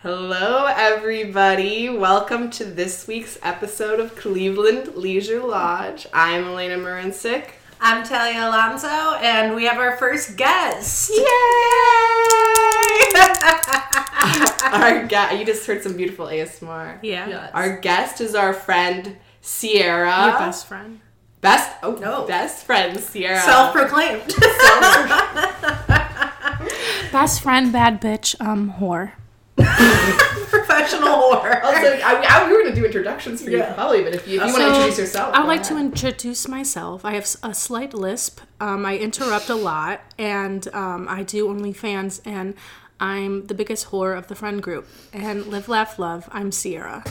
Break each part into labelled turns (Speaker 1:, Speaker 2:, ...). Speaker 1: Hello, everybody. Welcome to this week's episode of Cleveland Leisure Lodge. I'm Elena Marincic.
Speaker 2: I'm Talia Alonso, and we have our first guest.
Speaker 1: Yay! our guest, you just heard some beautiful ASMR.
Speaker 3: Yeah.
Speaker 1: Our guest is our friend Sierra.
Speaker 3: Your best friend.
Speaker 1: Best, oh,
Speaker 2: No.
Speaker 1: best friend Sierra.
Speaker 2: Self proclaimed.
Speaker 3: Best friend, bad bitch, um, whore.
Speaker 2: Professional whore.
Speaker 1: Also, I, I, we were gonna do introductions for you
Speaker 2: Yeah.
Speaker 1: probably, but if you, if you want to introduce yourself,
Speaker 3: I
Speaker 1: go
Speaker 3: would like
Speaker 1: ahead.
Speaker 3: to introduce myself. I have s- a slight lisp. Um, I interrupt a lot, and um, I do OnlyFans, and I'm the biggest whore of the friend group. And live, laugh, love. I'm Sierra.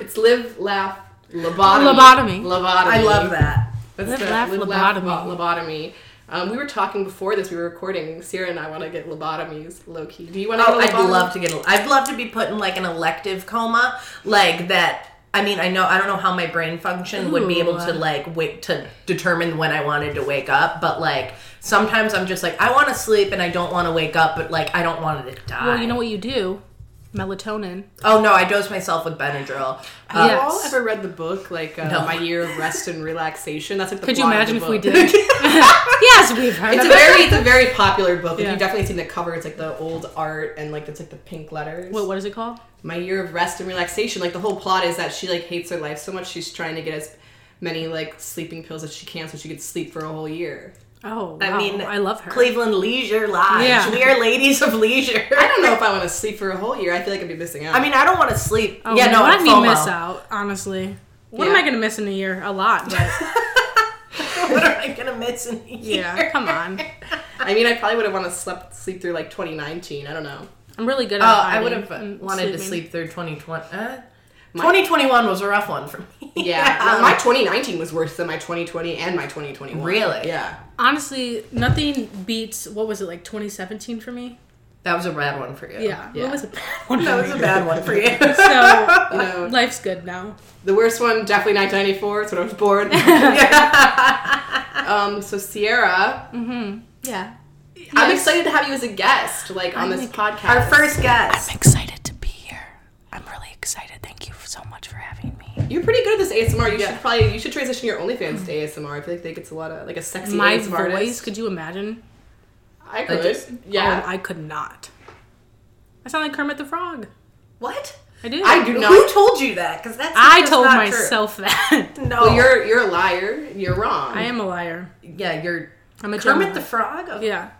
Speaker 1: It's live, laugh, lobotomy.
Speaker 3: Lobotomy.
Speaker 1: Lobotomy.
Speaker 2: I love that.
Speaker 1: That's
Speaker 3: Live,
Speaker 1: the
Speaker 3: laugh,
Speaker 1: live, laugh,
Speaker 3: lobotomy.
Speaker 1: lo- lobotomy. Um, we were talking before this. We were recording. Sierra and I want to get lobotomies, low key. Do you want to?
Speaker 2: Oh, I'd love to get. A, I'd love to be put in like an elective coma, like that. I mean, I know I don't know how my brain function would be able to like wait to determine when I wanted to wake up, but like sometimes I'm just like I want to sleep and I don't want to wake up, but like I don't want to die.
Speaker 3: Well, you know what you do? Melatonin.
Speaker 2: oh no, I dosed myself with Benadryl.
Speaker 1: Have
Speaker 2: Uh,
Speaker 1: you
Speaker 3: Yes.
Speaker 1: all ever read the book like uh, My Year of Rest and Relaxation? That's like the
Speaker 3: Could you
Speaker 1: plot of the
Speaker 3: imagine if we
Speaker 1: book.
Speaker 3: did? yes, we've heard
Speaker 1: It's a
Speaker 3: of it.
Speaker 1: very, it's a very popular book. If
Speaker 3: Yeah.
Speaker 1: you've definitely seen the cover, it's like the old art and like it's like the pink letters.
Speaker 3: Wait, what is it called?
Speaker 1: my year of rest and relaxation like the whole plot is that she like hates her life so much she's trying to get as many like sleeping pills as she can so she could sleep for a whole year
Speaker 3: Oh,
Speaker 2: I
Speaker 3: wow.
Speaker 2: mean,
Speaker 3: I love her.
Speaker 2: Cleveland Leisure Lodge.
Speaker 3: Yeah.
Speaker 2: We are ladies of leisure.
Speaker 1: i don't know if i want to sleep for a whole year i feel like i'd be missing out
Speaker 2: I mean, I don't want to sleep.
Speaker 3: Oh,
Speaker 2: yeah, no,
Speaker 3: let
Speaker 2: I'm
Speaker 3: me
Speaker 2: FOMO.
Speaker 3: miss out. Honestly, what am
Speaker 1: Yeah.
Speaker 3: I gonna miss in a year? A lot, but
Speaker 2: what am I gonna miss in the year?
Speaker 3: yeah, come on.
Speaker 1: i mean i probably would have want to slept sleep through like 2019 i don't know
Speaker 3: I'm really good
Speaker 2: Oh,
Speaker 3: at.
Speaker 2: I
Speaker 3: hiding
Speaker 2: would have
Speaker 3: and
Speaker 2: wanted to
Speaker 3: sleeping.
Speaker 2: sleep through 2020. Uh, 2021 was a rough one for me.
Speaker 1: yeah, Well, my 2019 was worse than my 2020 and my 2021
Speaker 2: Really?
Speaker 1: yeah
Speaker 3: Honestly, nothing beats what was it like 2017 for me?
Speaker 2: that was a bad one for you.
Speaker 3: Yeah,
Speaker 1: Yeah.
Speaker 3: it was a bad one.
Speaker 2: that was a bad one for you.
Speaker 3: so
Speaker 1: you know
Speaker 3: life's good now.
Speaker 1: the worst one definitely 1994 it's when i was born um so sierra
Speaker 3: Yeah,
Speaker 1: i'm
Speaker 3: Yes.
Speaker 1: excited to have you as a guest like on this podcast
Speaker 2: Our first guest.
Speaker 4: excited to be here. I'm really excited. Thank you so much for having me.
Speaker 1: You're pretty good at this ASMR. You should probably you should transition your OnlyFans to ASMR. I feel like they gets a lot of like a sexy
Speaker 3: my
Speaker 1: ASMR
Speaker 3: voice.
Speaker 1: artist.
Speaker 3: Could you imagine?
Speaker 1: I could.
Speaker 2: just-
Speaker 1: yeah.
Speaker 3: oh, I could not. I sound like Kermit the Frog.
Speaker 2: What?
Speaker 3: I do.
Speaker 1: I do not.
Speaker 2: Who told you that? Because that's
Speaker 3: I
Speaker 2: that's
Speaker 3: told
Speaker 2: not
Speaker 3: myself that.
Speaker 2: True. No.
Speaker 1: Well, you're you're a liar. You're wrong.
Speaker 3: I am a liar.
Speaker 2: yeah, you're
Speaker 3: I'm a
Speaker 2: Kermit
Speaker 3: Gemini.
Speaker 2: the Frog. Oh,
Speaker 3: Yeah.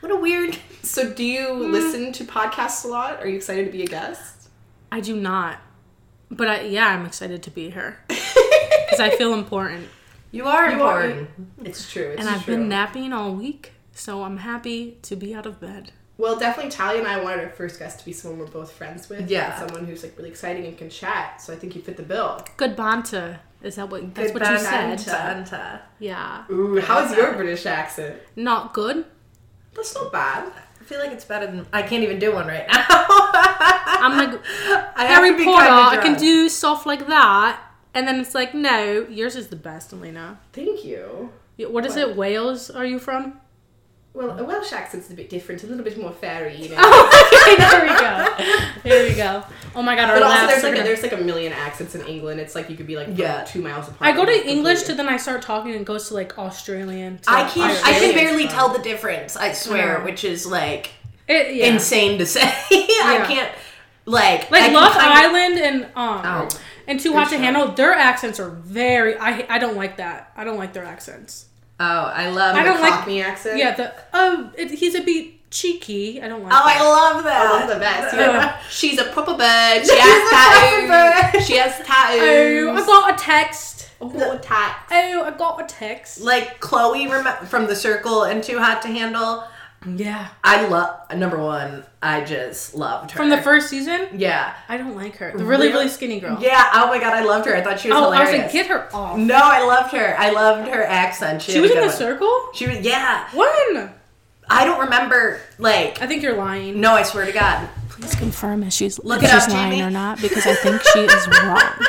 Speaker 2: What a weird.
Speaker 1: So do you listen to podcasts a lot? Are you excited to be a guest?
Speaker 3: I do not. But I, yeah, I'm excited to be here because I feel important.
Speaker 2: You are
Speaker 1: are-
Speaker 2: important.
Speaker 1: It's true. It's
Speaker 3: And I've
Speaker 1: true.
Speaker 3: been napping all week, so I'm happy to be out of bed.
Speaker 1: well, definitely Talia and I wanted our first guest to be someone we're both friends with.
Speaker 2: Yeah.
Speaker 1: and someone who's like really exciting and can chat. So I think you fit the bill.
Speaker 3: Good banta. Is that what? That's
Speaker 2: Good
Speaker 3: what you
Speaker 2: Banta.
Speaker 3: said.
Speaker 2: Banta.
Speaker 3: Yeah.
Speaker 1: Ooh, how's your British accent?
Speaker 3: Not good.
Speaker 1: That's not bad.
Speaker 2: I feel like it's better than I can't even do one right now.
Speaker 3: I'm like
Speaker 2: I have
Speaker 3: Harry
Speaker 2: to be
Speaker 3: Potter. I
Speaker 2: kinda
Speaker 3: can
Speaker 2: drunk.
Speaker 3: do stuff like that, and then it's like, no, yours is the best, Elena.
Speaker 1: Thank you.
Speaker 3: Y- What is it? Wales? Are you from?
Speaker 1: Well, a Welsh accent's a bit different, a little bit more fairy, you know.
Speaker 3: okay, there we go. There we go. Oh my god, our
Speaker 1: But also,
Speaker 3: last.
Speaker 1: there's like, a, there's like a million accents in England. It's like you could be like
Speaker 2: Yeah.
Speaker 1: two miles apart.
Speaker 3: I go to
Speaker 1: Like,
Speaker 3: English to
Speaker 1: completely.
Speaker 3: then I start talking and it goes to like Australian. To
Speaker 2: I can't. I
Speaker 1: Australian
Speaker 2: can barely
Speaker 1: stuff.
Speaker 2: tell the difference. I swear,
Speaker 3: No.
Speaker 2: which is like
Speaker 3: It, yeah.
Speaker 2: insane to say. I
Speaker 3: Yeah.
Speaker 2: can't. Like I
Speaker 3: like
Speaker 2: can
Speaker 3: Love
Speaker 2: kind of-
Speaker 3: Island and um
Speaker 2: Oh.
Speaker 3: and Too Hot to Handle, their accents are very. I I don't like that. I don't like their accents.
Speaker 2: Oh, I love.
Speaker 3: I don't like-
Speaker 1: Cockney accent.
Speaker 3: Yeah, the oh, it, he's a bit cheeky. I don't like.
Speaker 2: Oh,
Speaker 3: that.
Speaker 2: I love that.
Speaker 1: I love the best. You
Speaker 3: Uh.
Speaker 1: know, she's a proper bird. She
Speaker 2: a
Speaker 1: has
Speaker 2: proper
Speaker 1: tattoos. She has
Speaker 3: Oh, I
Speaker 1: tattoos.
Speaker 3: got a text.
Speaker 1: Oh, tat.
Speaker 3: Oh, I got a text.
Speaker 2: Like Chloe rem- from The Circle and Too Hot to Handle.
Speaker 3: Yeah.
Speaker 2: I love number one. I just loved her
Speaker 3: From the first season,
Speaker 2: Yeah,
Speaker 3: I don't like her. The really, really skinny girl.
Speaker 2: yeah. Oh my god, I loved her. I thought she was
Speaker 3: Oh, I
Speaker 2: hilarious.
Speaker 3: was like, get her off.
Speaker 2: no, I loved her. I loved her accent. She,
Speaker 3: she
Speaker 2: had
Speaker 3: was
Speaker 2: a
Speaker 3: in
Speaker 2: good
Speaker 3: the
Speaker 2: one.
Speaker 3: circle.
Speaker 2: She was yeah.
Speaker 3: When?
Speaker 2: I don't remember like
Speaker 3: I think you're lying.
Speaker 2: no, I swear to God.
Speaker 4: Please confirm if she's,
Speaker 2: Look
Speaker 4: if
Speaker 2: it up,
Speaker 4: she's lying
Speaker 2: Jamie.
Speaker 4: or not because I think she is wrong.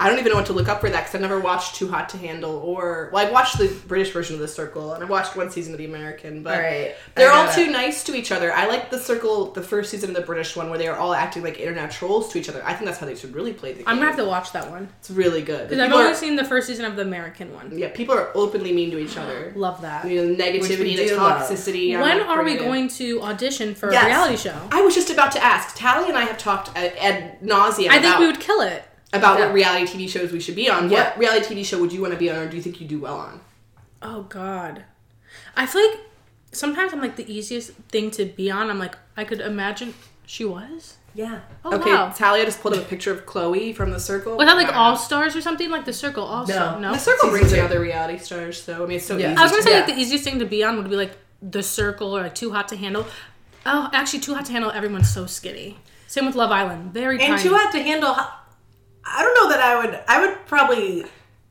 Speaker 1: I don't even know what to look up for that because I've never watched Too Hot to Handle or well, I've watched the British version of The Circle and I've watched one season of the American, but
Speaker 2: All right.
Speaker 1: they're
Speaker 2: I
Speaker 1: all
Speaker 2: gotta-
Speaker 1: too nice to each other. I like The Circle, the first season of the British one where they are all acting like internet trolls to each other. I think that's how they should really play the game.
Speaker 5: I'm gonna have to watch that one
Speaker 1: It's really good.
Speaker 5: because I've
Speaker 1: People are-
Speaker 5: only seen the first season of the American one.
Speaker 1: yeah, people are openly mean to each other.
Speaker 5: Love that.
Speaker 1: You know, the
Speaker 2: Which we
Speaker 1: negativity, the
Speaker 2: do love.
Speaker 1: toxicity. I'm
Speaker 5: when
Speaker 1: not
Speaker 5: are we
Speaker 1: bringing it in.
Speaker 5: going to audition for
Speaker 1: Yes.
Speaker 5: a reality show?
Speaker 1: I was just about to ask. Tally and I have talked ad, ad nauseum
Speaker 5: I
Speaker 1: about,
Speaker 5: think we would kill it.
Speaker 1: about
Speaker 2: Yeah.
Speaker 1: what reality TV shows we should be on.
Speaker 2: Yeah.
Speaker 1: What reality TV show would you want to be on, or do you think you do well on?
Speaker 5: Oh God, I feel like sometimes I'm like the easiest thing to be on. I'm like I could imagine she was.
Speaker 2: Yeah.
Speaker 5: Oh
Speaker 1: okay,
Speaker 5: wow.
Speaker 1: Talia just pulled up a picture of Chloe from The Circle.
Speaker 5: Was that like
Speaker 1: Wow.
Speaker 5: All Stars or something like The Circle? Also,
Speaker 2: No.
Speaker 5: no.
Speaker 1: The Circle brings
Speaker 2: Season
Speaker 1: in
Speaker 2: two.
Speaker 1: other reality stars, though. I mean, it's so
Speaker 2: Yeah.
Speaker 1: easy.
Speaker 5: I was
Speaker 1: to-
Speaker 5: gonna say
Speaker 2: Yeah.
Speaker 5: like the easiest thing to be on would be like The Circle or like Too Hot to Handle. Oh, actually, Too Hot to Handle. Everyone's so skinny. Same with Love Island. Very
Speaker 2: And
Speaker 5: tiny.
Speaker 2: you had to handle. I don't know that I would. I would probably.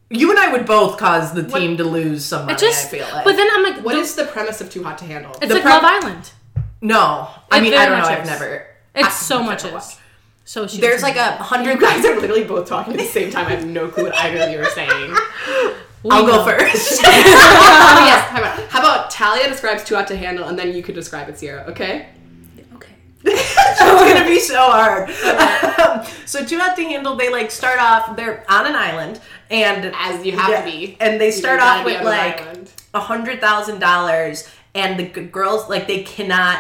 Speaker 2: You and I would both cause the team to lose somebody.
Speaker 5: It just,
Speaker 2: I feel like.
Speaker 5: but then I'm like,
Speaker 1: What
Speaker 5: the-
Speaker 1: is the premise of Too Hot to Handle?
Speaker 5: it's
Speaker 2: the
Speaker 5: like
Speaker 2: pre-
Speaker 5: Love Island.
Speaker 2: no, I
Speaker 5: It
Speaker 2: mean
Speaker 5: very
Speaker 2: I don't know.
Speaker 5: much
Speaker 2: I've
Speaker 5: is.
Speaker 2: never.
Speaker 5: It's
Speaker 2: I-
Speaker 5: so
Speaker 2: I've
Speaker 5: much
Speaker 2: never
Speaker 5: is.
Speaker 2: watched.
Speaker 5: So she
Speaker 2: There's like a
Speaker 1: you
Speaker 2: hundred.
Speaker 1: guys are literally both talking at the same time. I have no clue what either of you are saying.
Speaker 2: I'll go first.
Speaker 1: Oh, yes. How about, how about Talia describes Too Hot to Handle, and then you could describe it, Sierra, okay?
Speaker 5: Okay.
Speaker 2: it's gonna be so hard. Um, so two out to handle. They like start off. They're on an island, and
Speaker 1: As you have
Speaker 2: Yeah,
Speaker 1: to be.
Speaker 2: and they
Speaker 1: You
Speaker 2: start
Speaker 1: gotta
Speaker 2: off
Speaker 1: be
Speaker 2: with
Speaker 1: on an
Speaker 2: like
Speaker 1: island.
Speaker 2: a hundred thousand dollars, and the g- girls like they cannot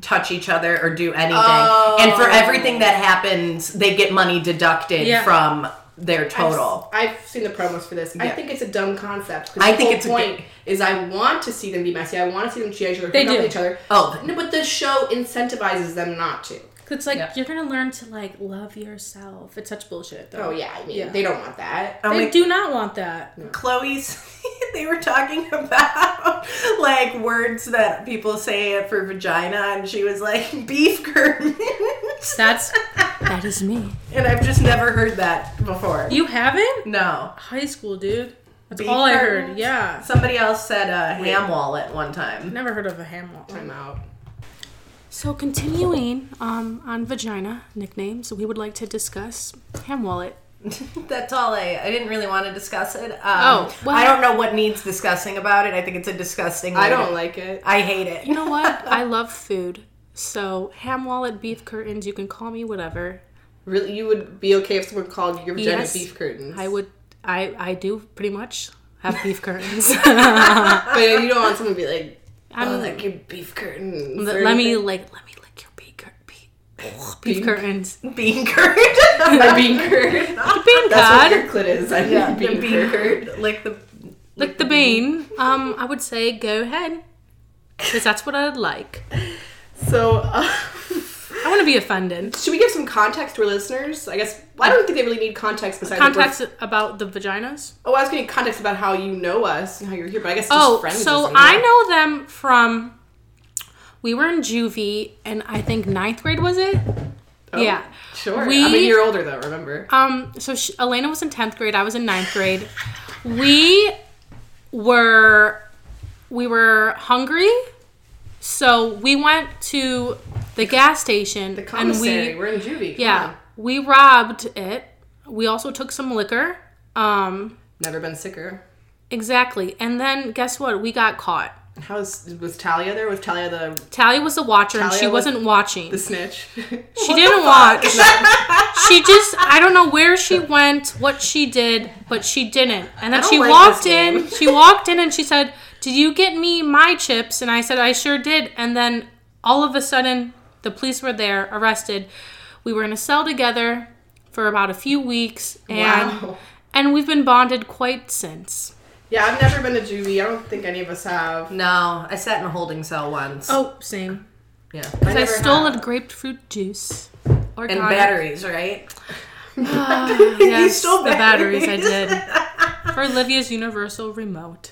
Speaker 2: touch each other or do anything, and for everything that
Speaker 1: Oh.
Speaker 2: happens, they get money deducted
Speaker 5: Yeah.
Speaker 2: from their total.
Speaker 1: I've, I've seen the promos for this. I
Speaker 2: Yeah.
Speaker 1: think it's a dumb concept. 'cause
Speaker 2: I
Speaker 1: the
Speaker 2: think
Speaker 1: whole
Speaker 2: it's a
Speaker 1: point
Speaker 2: good-
Speaker 1: is I want to see them be messy. I want to see them cheat each other,
Speaker 5: They
Speaker 1: hook up
Speaker 5: do.
Speaker 1: with each other.
Speaker 2: Oh,
Speaker 1: No, but the show incentivizes them not to.
Speaker 5: 'Cause It's like
Speaker 2: Yeah.
Speaker 5: you're gonna learn to like love yourself. It's such bullshit. Though.
Speaker 1: Oh yeah, I mean
Speaker 5: Yeah.
Speaker 1: they don't want that.
Speaker 2: I'm
Speaker 5: They
Speaker 2: like,
Speaker 5: do not want that.
Speaker 2: Chloe's. they were talking about like words that people say for vagina, and she was like beef curtains,
Speaker 5: That's
Speaker 3: That is me.
Speaker 2: and I've just never heard that before.
Speaker 5: you haven't
Speaker 2: no.
Speaker 5: high school, dude. That's
Speaker 2: Beef
Speaker 5: all I heard.
Speaker 2: curtains?
Speaker 5: Yeah,
Speaker 2: Somebody else said a ham wallet one time.
Speaker 5: never heard of a ham wall.
Speaker 1: I'm out.
Speaker 5: So
Speaker 3: So continuing um, on vagina nicknames, we would like to discuss ham wallet.
Speaker 2: That's all I. I didn't really want to discuss it. Um,
Speaker 3: Oh, well-
Speaker 2: I don't know what needs discussing about it. I think it's a disgusting.
Speaker 1: I
Speaker 2: way to-
Speaker 1: don't like it.
Speaker 2: I hate it.
Speaker 3: You know what? I love food. So ham wallet, beef curtains, you can call me whatever.
Speaker 1: Really, you would be okay if someone called your vagina
Speaker 3: Yes,
Speaker 1: beef curtains.
Speaker 3: I would I I do pretty much have beef curtains.
Speaker 1: But you don't want someone to be like,
Speaker 3: I'm
Speaker 1: oh, like your beef curtains.
Speaker 3: let,
Speaker 1: or
Speaker 3: let me
Speaker 1: anything.
Speaker 3: like let me lick your beef, cur- beef, beef curtains.
Speaker 2: Being curd.
Speaker 1: my bean curd. That's what your clit is. I
Speaker 2: yeah,
Speaker 1: mean,
Speaker 2: the
Speaker 1: bean
Speaker 2: bean
Speaker 1: curd.
Speaker 2: curd. Like the.
Speaker 3: Lick the bean. Um, I would say go ahead, because that's what I'd like.
Speaker 1: So. Uh,
Speaker 3: I want to be offended.
Speaker 1: Should we give some context to our listeners? I guess I don't think they really need context besides that we're
Speaker 3: Context about the vaginas.
Speaker 1: Oh, I was getting context about how you know us and how you're here, but I guess just
Speaker 3: Oh,
Speaker 1: friends.
Speaker 3: so
Speaker 1: isn't
Speaker 3: I
Speaker 1: enough.
Speaker 3: know them from. We were in juvie, and I think ninth grade was it.
Speaker 1: Oh.
Speaker 3: Yeah.
Speaker 1: Sure,
Speaker 3: We-
Speaker 1: I'm a year older though. Remember?
Speaker 3: Um. So she, Elena was in tenth grade. I was in ninth grade. we were we were hungry, so we went to the gas station
Speaker 1: The
Speaker 3: and
Speaker 1: commissary.
Speaker 3: we
Speaker 1: we, are in juvie. come
Speaker 3: Yeah,
Speaker 1: on.
Speaker 3: we robbed it. We also took some liquor. Um,
Speaker 1: never been sicker.
Speaker 3: exactly. And then guess what? We got caught.
Speaker 1: How's was Talia there? Was Talia the
Speaker 3: Tally was the watcher, and she
Speaker 1: Talia was-
Speaker 3: wasn't watching.
Speaker 1: the snitch?
Speaker 3: she didn't watch. she just, I don't know where she went, what she did, but she didn't. And then
Speaker 2: don't
Speaker 3: she
Speaker 2: like
Speaker 3: walked
Speaker 2: this game.
Speaker 3: in. She walked in and she said, "Did you get me my chips?" And I said, "I sure did." And then all of a sudden, the police were there, arrested. We were in a cell together for about a few weeks, and
Speaker 1: Wow.
Speaker 3: and we've been bonded quite since.
Speaker 1: Yeah, I've never been to juvie. I don't think any of us have.
Speaker 2: No, I sat in a holding cell once.
Speaker 5: Oh, same.
Speaker 2: yeah.
Speaker 1: I,
Speaker 3: I
Speaker 1: never
Speaker 3: stole
Speaker 1: have.
Speaker 3: a grapefruit juice.
Speaker 2: And
Speaker 3: Organic.
Speaker 2: batteries, right?
Speaker 3: Yes,
Speaker 2: stole
Speaker 3: the batteries. I
Speaker 2: batteries.
Speaker 3: did for Olivia's universal remote.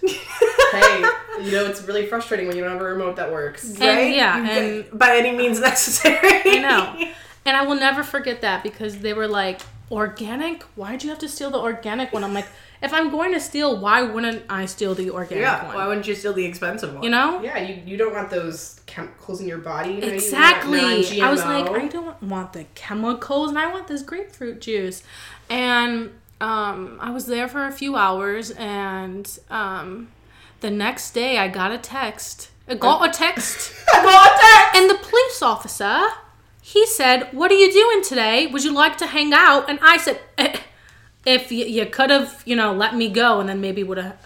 Speaker 1: Hey, you know it's really frustrating when you don't have a remote that works.
Speaker 3: And
Speaker 2: right?
Speaker 3: yeah,
Speaker 2: You
Speaker 3: and-
Speaker 2: get- by any means necessary.
Speaker 3: I know. And I will never forget that because they were like, organic? Why'd you have to steal the organic one? I'm like, if I'm going to steal, why wouldn't I steal the organic
Speaker 2: Yeah.
Speaker 3: one?
Speaker 2: Why wouldn't you steal the expensive one?
Speaker 3: you know?
Speaker 1: Yeah, you, you don't want those chemicals in your body. You know, you want
Speaker 3: Exactly. I was
Speaker 1: non-GMO.
Speaker 3: like, I don't want the chemicals and I want this grapefruit juice. And um, I was there for a few hours, and um, the next day I got a text. I got a text. And the police officer, he said, "What are you doing today? Would you like to hang out?" And I said, "Eh, "If you, you could have, you know, let me go, and then maybe would have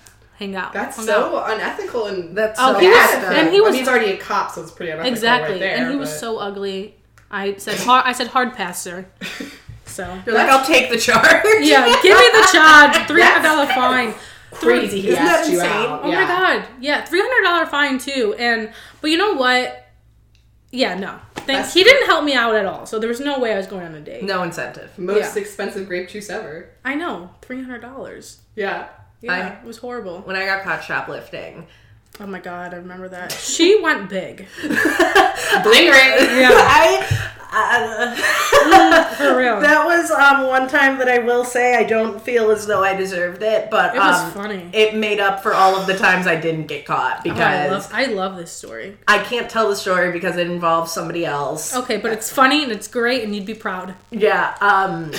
Speaker 3: hung out."
Speaker 1: That's
Speaker 3: hung out.
Speaker 1: so unethical and
Speaker 2: That's
Speaker 3: Oh,
Speaker 2: so
Speaker 3: he was-
Speaker 2: bad, though.
Speaker 3: and he
Speaker 1: I
Speaker 3: was-
Speaker 1: mean, he's already a cop, so it's pretty unethical
Speaker 3: exactly.
Speaker 1: right there.
Speaker 3: and he was
Speaker 1: but-
Speaker 3: so ugly. I said hard. I said hard passer. So
Speaker 2: You're like, I'll take the charge.
Speaker 3: yeah, give me the charge. Three hundred dollar fine. Three-
Speaker 1: crazy. He
Speaker 2: Isn't that
Speaker 1: asked you
Speaker 2: insane?
Speaker 1: out.
Speaker 3: Oh my god. Yeah, three hundred dollar fine too. And but you know what? Yeah, no. Thanks.
Speaker 1: That's-
Speaker 3: He didn't help me out at all. So there was no way I was going on a date.
Speaker 2: No incentive.
Speaker 1: Most
Speaker 3: Yeah.
Speaker 1: expensive grape juice ever.
Speaker 3: I know. Three hundred dollars.
Speaker 1: Yeah.
Speaker 3: Yeah.
Speaker 2: I-
Speaker 3: it was horrible.
Speaker 2: When I got caught shoplifting,
Speaker 3: Oh my god, I remember that. She went big.
Speaker 1: Bling ring.
Speaker 2: I. Uh,
Speaker 3: Mm, For real.
Speaker 2: That was um, one time that I will say I don't feel as though I deserved it, but
Speaker 3: It was
Speaker 2: um,
Speaker 3: funny.
Speaker 2: It made up for all of the times I didn't get caught
Speaker 3: Oh, I
Speaker 2: because
Speaker 3: love I love this story.
Speaker 2: I can't tell the story because it involves somebody else.
Speaker 3: Okay, but it's funny and it's great and you'd be proud.
Speaker 2: Yeah. Um,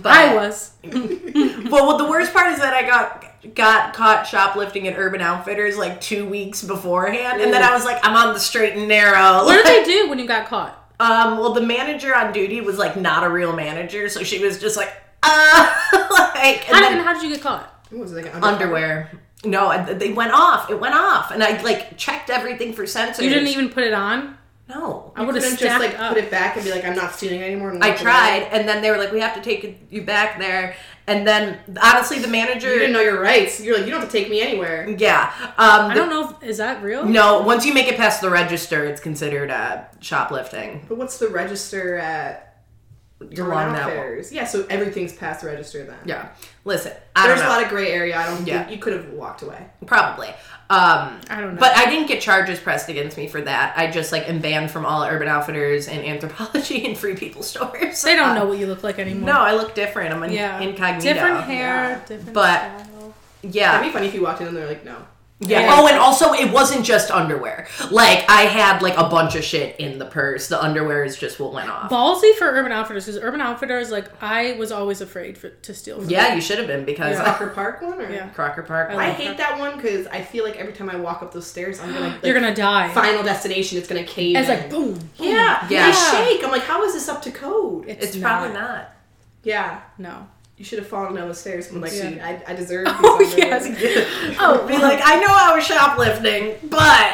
Speaker 2: but,
Speaker 3: I was.
Speaker 2: Well, well, the worst part is that I got got caught shoplifting at Urban Outfitters like two weeks beforehand, and then I was like, I'm on the straight and narrow.
Speaker 3: What did they do when you got caught?
Speaker 2: Um, well, the manager on duty was like not a real manager, so she was just like, uh, like, and
Speaker 3: How,
Speaker 2: then
Speaker 3: and how did you get caught?
Speaker 1: What was it, like an
Speaker 2: underwear. No, I- they went off. It went off, and I like checked everything for sensors.
Speaker 3: You didn't even put it on?
Speaker 2: No,
Speaker 3: I
Speaker 2: I,
Speaker 3: would have
Speaker 1: Couldn't
Speaker 3: stacked
Speaker 1: just like
Speaker 3: up.
Speaker 1: put it back and be like, I'm not stealing anymore. And walk away?
Speaker 2: tried, and then they were like, "We have to take you back there." And then, honestly, the manager.
Speaker 1: You didn't know your rights. You're like, you don't have to take me anywhere.
Speaker 2: yeah. Um,
Speaker 3: I
Speaker 2: the-
Speaker 3: don't know if is that real?
Speaker 2: No, once you make it past the register, it's considered uh, shoplifting.
Speaker 1: But what's the register at Urban
Speaker 2: You're wrong that one.
Speaker 1: Outfitters? Yeah, so everything's past the register then.
Speaker 2: Yeah. Listen, I
Speaker 1: There's
Speaker 2: don't
Speaker 1: a
Speaker 2: know.
Speaker 1: lot of gray area. I don't.
Speaker 2: Yeah.
Speaker 1: think You could have walked away.
Speaker 2: Probably. Um,
Speaker 3: I don't know.
Speaker 2: But I didn't get charges pressed against me for that. I just like am banned from all Urban Outfitters and Anthropology and Free People stores.
Speaker 3: They
Speaker 2: Uh,
Speaker 3: don't know what you look like anymore.
Speaker 2: No, I look different. I'm an
Speaker 3: Yeah.
Speaker 2: incognito.
Speaker 3: Different hair, different
Speaker 2: But-
Speaker 3: style.
Speaker 2: Yeah.
Speaker 1: That'd be funny if you walked in and they're like, no.
Speaker 2: yeah. Oh, and also it wasn't just underwear. Like I had like a bunch of shit in the purse. The underwear is just what went off.
Speaker 3: Ballsy for Urban Outfitters because Urban Outfitters, like, I was always afraid for, to steal from
Speaker 2: yeah, you should have been because
Speaker 1: Crocker Park one or
Speaker 3: Yeah.
Speaker 2: Crocker Park.
Speaker 1: I hate that one because I feel like every time I walk up those stairs, I'm gonna. Like,
Speaker 3: You're gonna die.
Speaker 1: Final destination, it's gonna cave.
Speaker 3: And it's
Speaker 1: in.
Speaker 3: like boom. boom.
Speaker 1: yeah,
Speaker 2: Yeah.
Speaker 1: yeah. They shake. I'm like, how is this up to code?
Speaker 2: It's probably not.
Speaker 1: yeah,
Speaker 3: No.
Speaker 1: you should have fallen down the stairs. I'm like,
Speaker 3: Yeah.
Speaker 1: dude, I, I deserve.
Speaker 3: Oh,
Speaker 1: these
Speaker 3: yes.
Speaker 1: underwear.
Speaker 3: Oh,
Speaker 2: Be like, I know I was shoplifting, but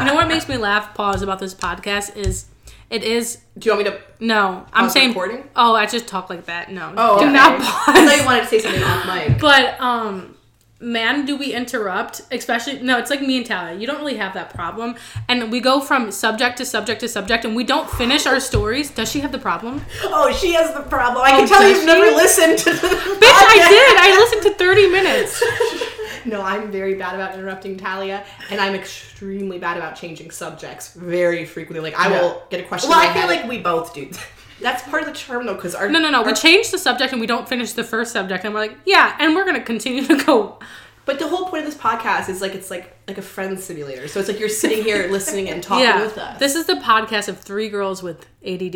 Speaker 3: you know what makes me laugh? Pause about this podcast is it is
Speaker 1: Do you want me to?
Speaker 3: no. I'm
Speaker 1: Pause
Speaker 3: saying
Speaker 1: recording?
Speaker 3: Oh, I just talk like that. No,
Speaker 1: Oh,
Speaker 3: do
Speaker 1: okay.
Speaker 3: not
Speaker 1: I thought you
Speaker 3: pause.
Speaker 1: wanted to say something off mic.
Speaker 3: But um, man, do we interrupt? Especially no, it's like me and Talia. You don't really have that problem, and we go from subject to subject to subject, and we don't finish our stories. Does she have the problem?
Speaker 2: oh, she has the problem. I can
Speaker 3: Oh,
Speaker 2: tell
Speaker 3: does
Speaker 2: you've
Speaker 3: she?
Speaker 2: never listened to the
Speaker 3: Bitch, I did. I listened to 30 minutes.
Speaker 1: No, I'm very bad about interrupting Talia, and I'm extremely bad about changing subjects very frequently. Like, I will get a question.
Speaker 2: Well,
Speaker 1: in my
Speaker 2: I feel
Speaker 1: head.
Speaker 2: like we both do. that.
Speaker 1: that's part of the charm, though, because our
Speaker 3: No, no, no. We
Speaker 1: our-
Speaker 3: changed the subject and we don't finish the first subject, and we're like, yeah, and we're gonna continue to go.
Speaker 1: But the whole point of this podcast is like it's like like a friend simulator. So it's like you're sitting here listening and talking with
Speaker 3: Yeah,
Speaker 1: us.
Speaker 3: this is the podcast of three girls with ADD,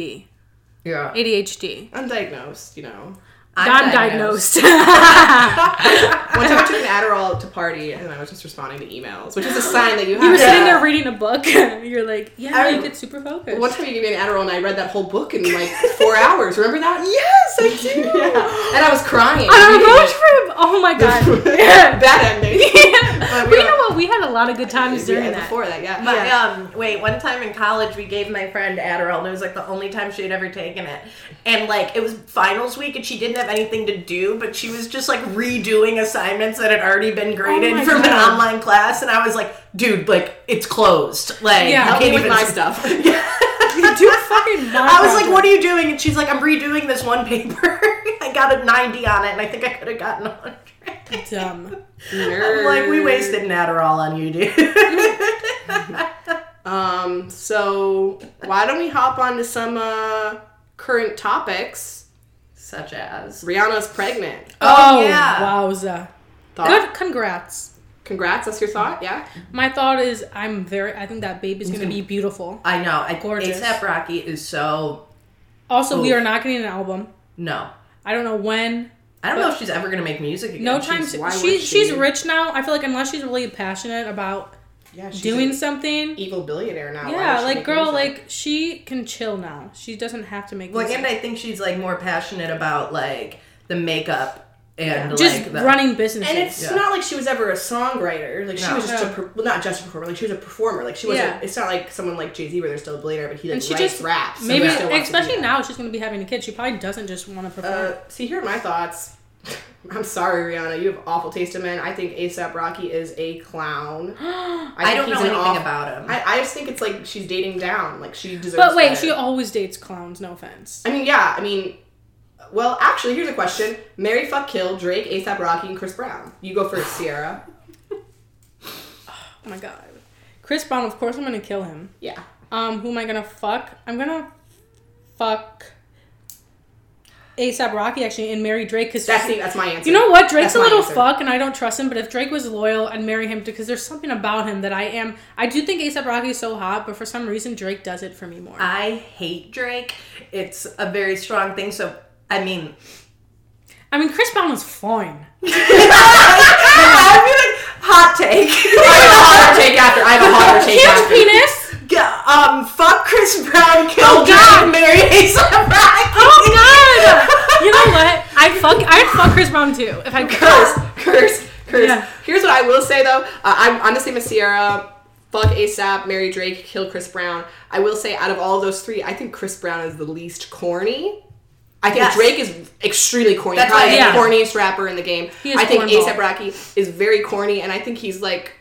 Speaker 2: Yeah.
Speaker 3: ADHD.
Speaker 1: Undiagnosed, you know.
Speaker 3: I'm
Speaker 2: diagnosed.
Speaker 3: diagnosed.
Speaker 1: One time I took an Adderall to party and I was just responding to emails, which is a sign that you have.
Speaker 3: you were
Speaker 1: Yeah.
Speaker 3: sitting there reading a book. You're like, yeah,
Speaker 1: I-
Speaker 3: you get super focused.
Speaker 1: One time you gave me an Adderall and I read that whole book in like four hours. Remember that?
Speaker 2: Yes, I do.
Speaker 1: Yeah. And I was crying.
Speaker 3: On our road trip. Oh my god.
Speaker 1: yeah. That ending.
Speaker 3: yeah.
Speaker 1: But
Speaker 3: But
Speaker 1: we
Speaker 3: you know
Speaker 1: were-
Speaker 3: what? We had a lot of good times during
Speaker 1: Yeah,
Speaker 3: that.
Speaker 1: Before that, yeah.
Speaker 2: But
Speaker 1: yeah.
Speaker 2: um, wait, one time in college, we gave my friend Adderall, and it was like the only time she had ever taken it. And like, it was finals week, and she didn't have anything to do, but she was just like redoing assignments that had already been graded
Speaker 3: Oh my
Speaker 2: from an
Speaker 3: God.
Speaker 2: online class. And I was like, dude, like, it's closed. Like,
Speaker 3: Yeah,
Speaker 2: you
Speaker 3: help
Speaker 1: Help
Speaker 2: can't
Speaker 1: me with
Speaker 2: even-
Speaker 1: my stuff.
Speaker 3: Do fucking.
Speaker 2: I was like, what are you doing? And she's like, I'm redoing this one paper. I got a 90 on it, and I think I could have gotten a 100.
Speaker 3: dumb?
Speaker 2: I'm like, we wasted an Adderall on you, dude.
Speaker 1: Um, so why don't we hop on to some uh, current topics?
Speaker 2: Such as.
Speaker 1: Rihanna's pregnant.
Speaker 3: Oh,
Speaker 2: yeah.
Speaker 3: wowza.
Speaker 1: Thought?
Speaker 3: Good. Congrats.
Speaker 1: Congrats, that's your thought, yeah?
Speaker 3: My thought is, I'm very. I think that baby's gonna be beautiful.
Speaker 2: I know. I,
Speaker 3: Gorgeous.
Speaker 2: ASAP Rocky is so
Speaker 3: Also, we
Speaker 2: Oof.
Speaker 3: are not getting an album.
Speaker 2: no.
Speaker 3: I don't know when.
Speaker 2: I don't know if she's ever gonna make music again.
Speaker 3: No time.
Speaker 2: She's-
Speaker 3: To,
Speaker 1: why
Speaker 3: she,
Speaker 1: would
Speaker 3: she's
Speaker 1: she?
Speaker 3: rich now. I feel like unless she's really passionate about
Speaker 1: Yeah, she's
Speaker 3: doing
Speaker 1: an
Speaker 3: something.
Speaker 1: evil billionaire now. Why
Speaker 3: yeah,
Speaker 1: would she
Speaker 3: like
Speaker 1: make
Speaker 3: girl,
Speaker 1: music?
Speaker 3: like she can chill now. She doesn't have to make
Speaker 2: Well,
Speaker 3: music.
Speaker 2: and I think she's like more passionate about like the makeup and like
Speaker 3: just
Speaker 2: the,
Speaker 3: running businesses.
Speaker 1: And it's
Speaker 2: Yeah.
Speaker 1: not like she was ever a songwriter. Like she
Speaker 2: No.
Speaker 1: was just a per- well, not just a performer. Like she was a performer. Like she wasn't.
Speaker 3: Yeah.
Speaker 1: It's not like someone like Jay Z where they're still a billionaire, but he like
Speaker 3: And she
Speaker 1: writes
Speaker 3: just-
Speaker 1: raps. so
Speaker 3: Maybe,
Speaker 1: he still wants to do
Speaker 3: especially
Speaker 1: that.
Speaker 3: now, she's going to be having a kid. She probably doesn't just want to
Speaker 1: Uh,
Speaker 3: perform.
Speaker 1: see, here are my thoughts. I'm sorry, Rihanna. You have awful taste in men. I think ASAP Rocky is a clown. I,
Speaker 2: I
Speaker 1: think
Speaker 2: don't
Speaker 1: he's
Speaker 2: know
Speaker 1: an
Speaker 2: anything
Speaker 1: awful-
Speaker 2: about him.
Speaker 1: I, I just think it's like she's dating down. Like she deserves.
Speaker 3: but wait,
Speaker 1: better.
Speaker 3: she always dates clowns. No offense.
Speaker 1: I mean, yeah. I mean, well, actually, here's a question: Mary, fuck, kill Drake, ASAP Rocky, and Chris Brown. You go first, Sierra.
Speaker 3: Oh my god, Chris Brown. Of course, I'm going to kill him.
Speaker 1: Yeah.
Speaker 3: Um, who am I gonna fuck? I'm gonna fuck ASAP Rocky actually and marry Drake because
Speaker 1: That's the, that's my answer.
Speaker 3: you know what Drake's
Speaker 1: That's
Speaker 3: a
Speaker 1: my
Speaker 3: little
Speaker 1: answer.
Speaker 3: fuck and I don't trust him. But if Drake was loyal, I'd marry him because there's something about him that I am. I do think ASAP Rocky is so hot, but for some reason Drake does it for me
Speaker 1: Ah.
Speaker 3: more.
Speaker 2: I hate Drake. It's a very strong thing. So I mean,
Speaker 3: I mean, Chris Brown was fine.
Speaker 2: I feel like hot
Speaker 1: I
Speaker 2: take.
Speaker 1: have a hotter take after. I have a hotter take
Speaker 3: Huge
Speaker 1: after.
Speaker 3: penis.
Speaker 2: G- um, fuck Chris Brown, kill
Speaker 3: Oh, God.
Speaker 2: Drake, marry ASAP Rocky.
Speaker 3: Oh God! You know what? I fuck. I'd fuck Chris Brown too if I
Speaker 1: curse, curse, curse.
Speaker 3: Yeah.
Speaker 1: Here's what I will say though. Uh, I'm, I'm the same as Sierra. Fuck ASAP, Mary Drake, kill Chris Brown. I will say, out of all those three, I think Chris Brown is the least corny. I think
Speaker 2: Yes.
Speaker 1: Drake is extremely corny.
Speaker 2: That's
Speaker 1: probably
Speaker 2: what
Speaker 1: the
Speaker 3: I- yeah.
Speaker 1: corniest rapper in the game.
Speaker 3: He is
Speaker 1: I think
Speaker 3: cornball.
Speaker 1: ASAP Rocky is very corny, and I think he's like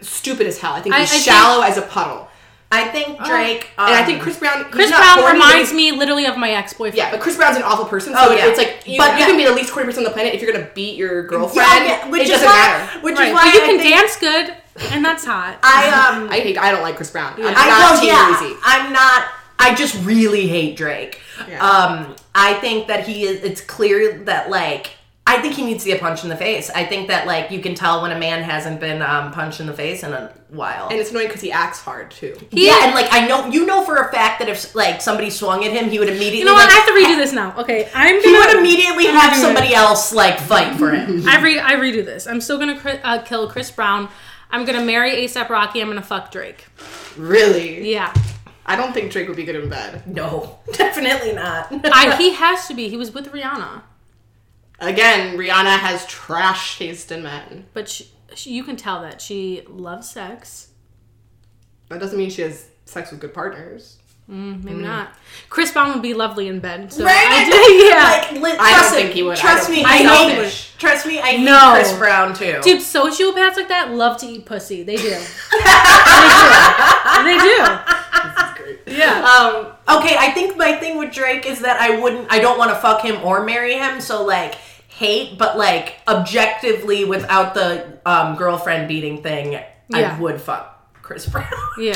Speaker 1: stupid as hell. I think
Speaker 3: I-
Speaker 1: he's
Speaker 3: I think-
Speaker 1: shallow as a puddle.
Speaker 2: I think Drake. Um,
Speaker 1: Uh, And I think Chris Brown.
Speaker 3: Chris Brown reminds me literally of my ex-boyfriend.
Speaker 1: Yeah, but Chris Brown's an awful person. So
Speaker 2: Oh, yeah.
Speaker 1: it's like, you,
Speaker 2: But
Speaker 1: you can
Speaker 2: that-
Speaker 1: be the least corny person on the planet if you're gonna beat your girlfriend.
Speaker 2: Yeah, which
Speaker 1: it
Speaker 2: is
Speaker 1: doesn't
Speaker 2: why,
Speaker 1: matter.
Speaker 2: Which
Speaker 3: Right.
Speaker 2: is why
Speaker 3: But you
Speaker 2: I
Speaker 3: can
Speaker 2: think
Speaker 3: dance good, and that's hot.
Speaker 2: I um.
Speaker 1: I hate. I don't like Chris Brown. I'm
Speaker 2: I
Speaker 1: not
Speaker 2: don't-
Speaker 1: Team
Speaker 2: yeah,
Speaker 1: Breezy.
Speaker 2: I'm not. I just really hate Drake.
Speaker 1: Yeah.
Speaker 2: Um, I think that he is. It's clear that like. I think he needs to get punched in the face. I think that like you can tell when a man hasn't been um, punched in the face in a while.
Speaker 1: And it's annoying because he acts hard too.
Speaker 2: yeah, and like I know you know for a fact that if like somebody swung at him, he would immediately
Speaker 3: You know what?
Speaker 2: like,
Speaker 3: I have to redo Mm-hmm. this now. Okay, I'm
Speaker 2: he
Speaker 3: gonna.
Speaker 2: would immediately
Speaker 3: I'm
Speaker 2: have
Speaker 3: redoing
Speaker 2: somebody else like fight for him.
Speaker 3: it. I re I redo this. I'm still gonna cri- uh, kill Chris Brown. I'm gonna marry ASAP Rocky. I'm gonna fuck Drake.
Speaker 1: Really,
Speaker 3: Yeah,
Speaker 1: I don't think Drake would be good in bed.
Speaker 2: no, definitely not.
Speaker 3: Mm-hmm. I, he has to be. He was with Rihanna,
Speaker 1: Again, Rihanna has trash taste in men.
Speaker 3: but she, she, you can tell that she loves sex.
Speaker 1: That doesn't mean she has sex with good partners.
Speaker 3: Maybe not. Chris Brown would be lovely in bed. So
Speaker 2: Mm. Right?
Speaker 3: I do,
Speaker 2: Like,
Speaker 3: yeah.
Speaker 2: li-
Speaker 1: I don't
Speaker 2: trust
Speaker 1: think
Speaker 2: it-
Speaker 1: he would. I
Speaker 2: Trust
Speaker 1: don't
Speaker 2: me,
Speaker 1: think
Speaker 2: I
Speaker 3: he's
Speaker 2: hate.
Speaker 1: selfish.
Speaker 2: Trust me, I hate
Speaker 3: No.
Speaker 2: Chris Brown too.
Speaker 3: Dude, sociopaths like that love to eat pussy. They do. they do. They do.
Speaker 1: That's great.
Speaker 3: Yeah.
Speaker 1: Um,
Speaker 2: Okay, I think my thing with Drake is that I wouldn't, I don't want to fuck him or marry him. So like hate, but like objectively, without the um, girlfriend beating thing,
Speaker 3: Yeah.
Speaker 2: I would fuck Chris Brown.
Speaker 3: Yeah.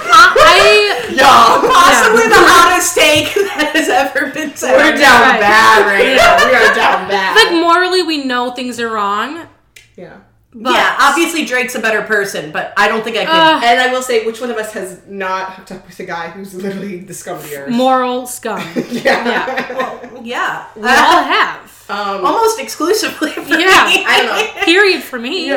Speaker 3: I,
Speaker 1: yo,
Speaker 2: Possibly the hottest take that has ever been said.
Speaker 1: we're down
Speaker 3: Right.
Speaker 1: bad right now. We are down
Speaker 3: like
Speaker 1: bad.
Speaker 3: morally, we know things are wrong.
Speaker 1: Yeah.
Speaker 3: But
Speaker 2: yeah, obviously Drake's a better person, but I don't think I
Speaker 3: Ugh.
Speaker 2: could.
Speaker 1: And I will say, which one of us has not hooked up with a guy who's literally the scum of the earth?
Speaker 3: moral scum.
Speaker 1: yeah.
Speaker 2: yeah,
Speaker 3: We all have.
Speaker 1: Um,
Speaker 2: almost exclusively. For
Speaker 3: Yeah,
Speaker 2: me.
Speaker 1: I don't know.
Speaker 3: Period for me.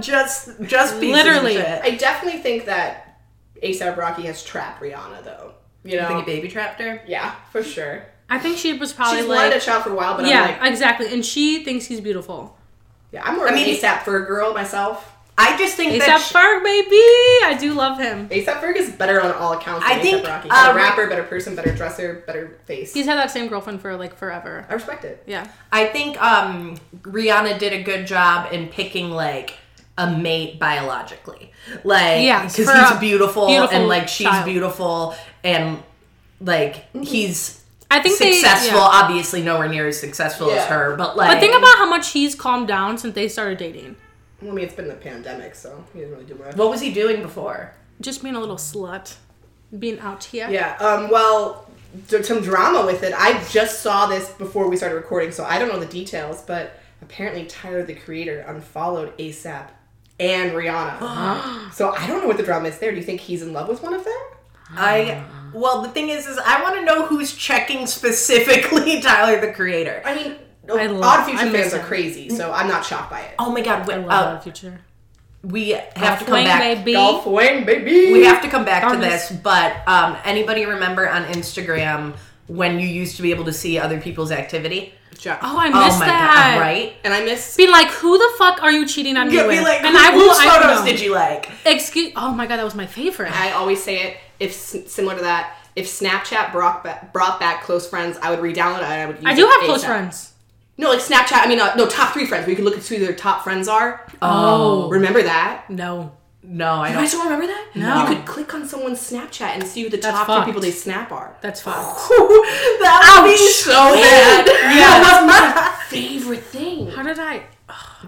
Speaker 2: just just pieces
Speaker 3: Literally.
Speaker 2: Of shit.
Speaker 1: I definitely think that ASAP Rocky has trapped Rihanna though. You know.
Speaker 2: baby trapped her.
Speaker 1: yeah, for sure.
Speaker 3: I think she was probably
Speaker 1: She's
Speaker 3: like,
Speaker 1: wanted a child for a while, but I'm
Speaker 3: yeah,
Speaker 1: like,
Speaker 3: exactly. And she thinks he's beautiful.
Speaker 1: yeah, I'm more
Speaker 2: I mean-
Speaker 1: of an ASAP Ferg girl myself.
Speaker 2: I just think
Speaker 3: ASAP
Speaker 2: that she-
Speaker 3: Ferg, baby. I do love him.
Speaker 1: ASAP Ferg is better on all accounts. Than
Speaker 2: I think,
Speaker 1: A$AP Rocky.
Speaker 2: uh,
Speaker 1: better rapper, better person, better dresser, better face.
Speaker 3: He's had that same girlfriend for like forever.
Speaker 1: I respect it.
Speaker 3: Yeah.
Speaker 2: I think um, Rihanna did a good job in picking like a mate biologically, like
Speaker 3: Yeah,
Speaker 2: because he's
Speaker 3: for a
Speaker 2: beautiful,
Speaker 3: beautiful
Speaker 2: and like she's
Speaker 3: child.
Speaker 2: beautiful and like he's
Speaker 3: I think
Speaker 2: successful.
Speaker 3: They, yeah.
Speaker 2: Obviously, nowhere near as successful as
Speaker 1: Yeah.
Speaker 2: her, but like
Speaker 3: But think about how much he's calmed down since they started dating.
Speaker 1: Well, I mean, it's been the pandemic, so he didn't really do much.
Speaker 2: what was he doing before?
Speaker 3: Just being a little slut, being out here.
Speaker 1: yeah. Um. Well, there's some drama with it. I just saw this before we started recording, so I don't know the details, but apparently Tyler the Creator unfollowed ASAP and Rihanna. so I don't know what the drama is there. Do you think he's in love with one of them?
Speaker 2: I Well, the thing is, is I want to know who's checking specifically Tyler the Creator.
Speaker 1: I mean,
Speaker 3: I love-
Speaker 1: Oh, Odd Future
Speaker 3: I miss
Speaker 1: fans are
Speaker 3: him.
Speaker 1: crazy, so I'm not shocked by it.
Speaker 2: Oh my God, we,
Speaker 3: I love
Speaker 2: uh,
Speaker 3: the future.
Speaker 2: we have to come
Speaker 3: Wayne,
Speaker 2: back.
Speaker 3: baby.
Speaker 1: Golf wing, baby.
Speaker 2: We have to come back to
Speaker 3: Darn
Speaker 2: this, but um, anybody remember on Instagram when you used to be able to see other people's activity?
Speaker 1: Jeff.
Speaker 3: Oh, I missed that.
Speaker 2: god, right?
Speaker 1: and I miss.
Speaker 3: Be like, who the fuck are you cheating on
Speaker 2: Yeah,
Speaker 3: me
Speaker 2: be
Speaker 3: with?
Speaker 2: like,
Speaker 3: and
Speaker 2: who-
Speaker 3: I will.
Speaker 2: whose
Speaker 3: I don't
Speaker 2: photos
Speaker 3: know.
Speaker 2: did you like?
Speaker 3: Excuse. Oh my god, that was my favorite.
Speaker 1: I always say it. If s- similar to that, if Snapchat brought back, brought back close friends, I would re-download it. And I would. Use
Speaker 3: I do
Speaker 1: it
Speaker 3: have close
Speaker 1: ASAP.
Speaker 3: friends.
Speaker 1: No, like Snapchat. I mean, uh, no, top three friends. We can look at who their top friends are. Um,
Speaker 3: Oh.
Speaker 1: Remember that?
Speaker 3: No.
Speaker 2: No, I
Speaker 1: You guys
Speaker 2: don't.
Speaker 1: don't remember that?
Speaker 3: No.
Speaker 1: You could click on someone's Snapchat and see who the
Speaker 3: That's
Speaker 1: top
Speaker 3: fucked.
Speaker 1: three people they snap are.
Speaker 3: That's fucked.
Speaker 2: that would be so bad.
Speaker 1: That was my favorite thing.
Speaker 3: How did I?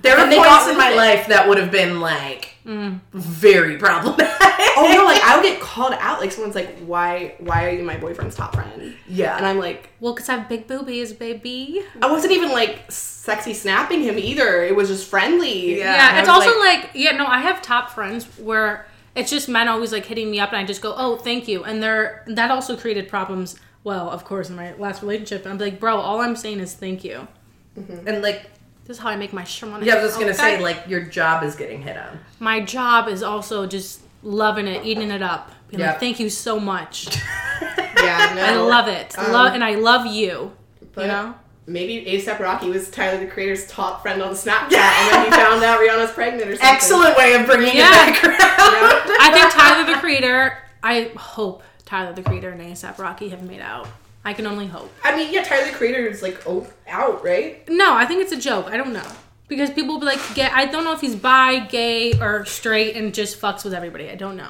Speaker 2: There
Speaker 1: And
Speaker 2: were
Speaker 1: they
Speaker 2: points
Speaker 1: got
Speaker 2: in my
Speaker 1: rid of it.
Speaker 2: life that would have been like very problematic.
Speaker 1: Oh no, like I would get called out. Like someone's like, "Why, why are you my boyfriend's top friend?"
Speaker 2: Yeah.
Speaker 1: and I'm like,
Speaker 3: Well, because I have big boobies, baby.
Speaker 1: I wasn't even like sexy snapping him either. It was just friendly.
Speaker 2: Yeah.
Speaker 3: Yeah,
Speaker 2: I
Speaker 3: it's
Speaker 2: was
Speaker 3: also like, yeah, no, I have top friends where it's just men always like hitting me up, and I just go, oh, thank you, and they're that also created problems. Well, of course, in my last relationship, and I'm like, bro, all I'm saying is thank you.
Speaker 2: and like,
Speaker 3: This is how I make my shit money.
Speaker 2: yeah, I was just gonna
Speaker 3: okay?
Speaker 2: say like your job is getting hit on.
Speaker 3: my job is also just loving it, eating it up. Being
Speaker 2: Yeah.
Speaker 3: like, thank you so much.
Speaker 1: yeah. No,
Speaker 3: I love it. love
Speaker 2: um,
Speaker 3: and I love you.
Speaker 1: But
Speaker 3: you know?
Speaker 1: maybe ASAP Rocky was Tyler the Creator's top friend on Snapchat, and then he found out Rihanna's pregnant or something.
Speaker 2: Excellent way of bringing
Speaker 3: Yeah.
Speaker 2: it back around.
Speaker 3: I think Tyler the Creator, I hope Tyler the Creator and ASAP Rocky have made out. I can only hope.
Speaker 1: I mean, yeah, Tyler the Creator is like oh, out, right?
Speaker 3: No, I think it's a joke. I don't know. Because people will be like, gay. I don't know if he's bi, gay, or straight and just fucks with everybody. I don't know.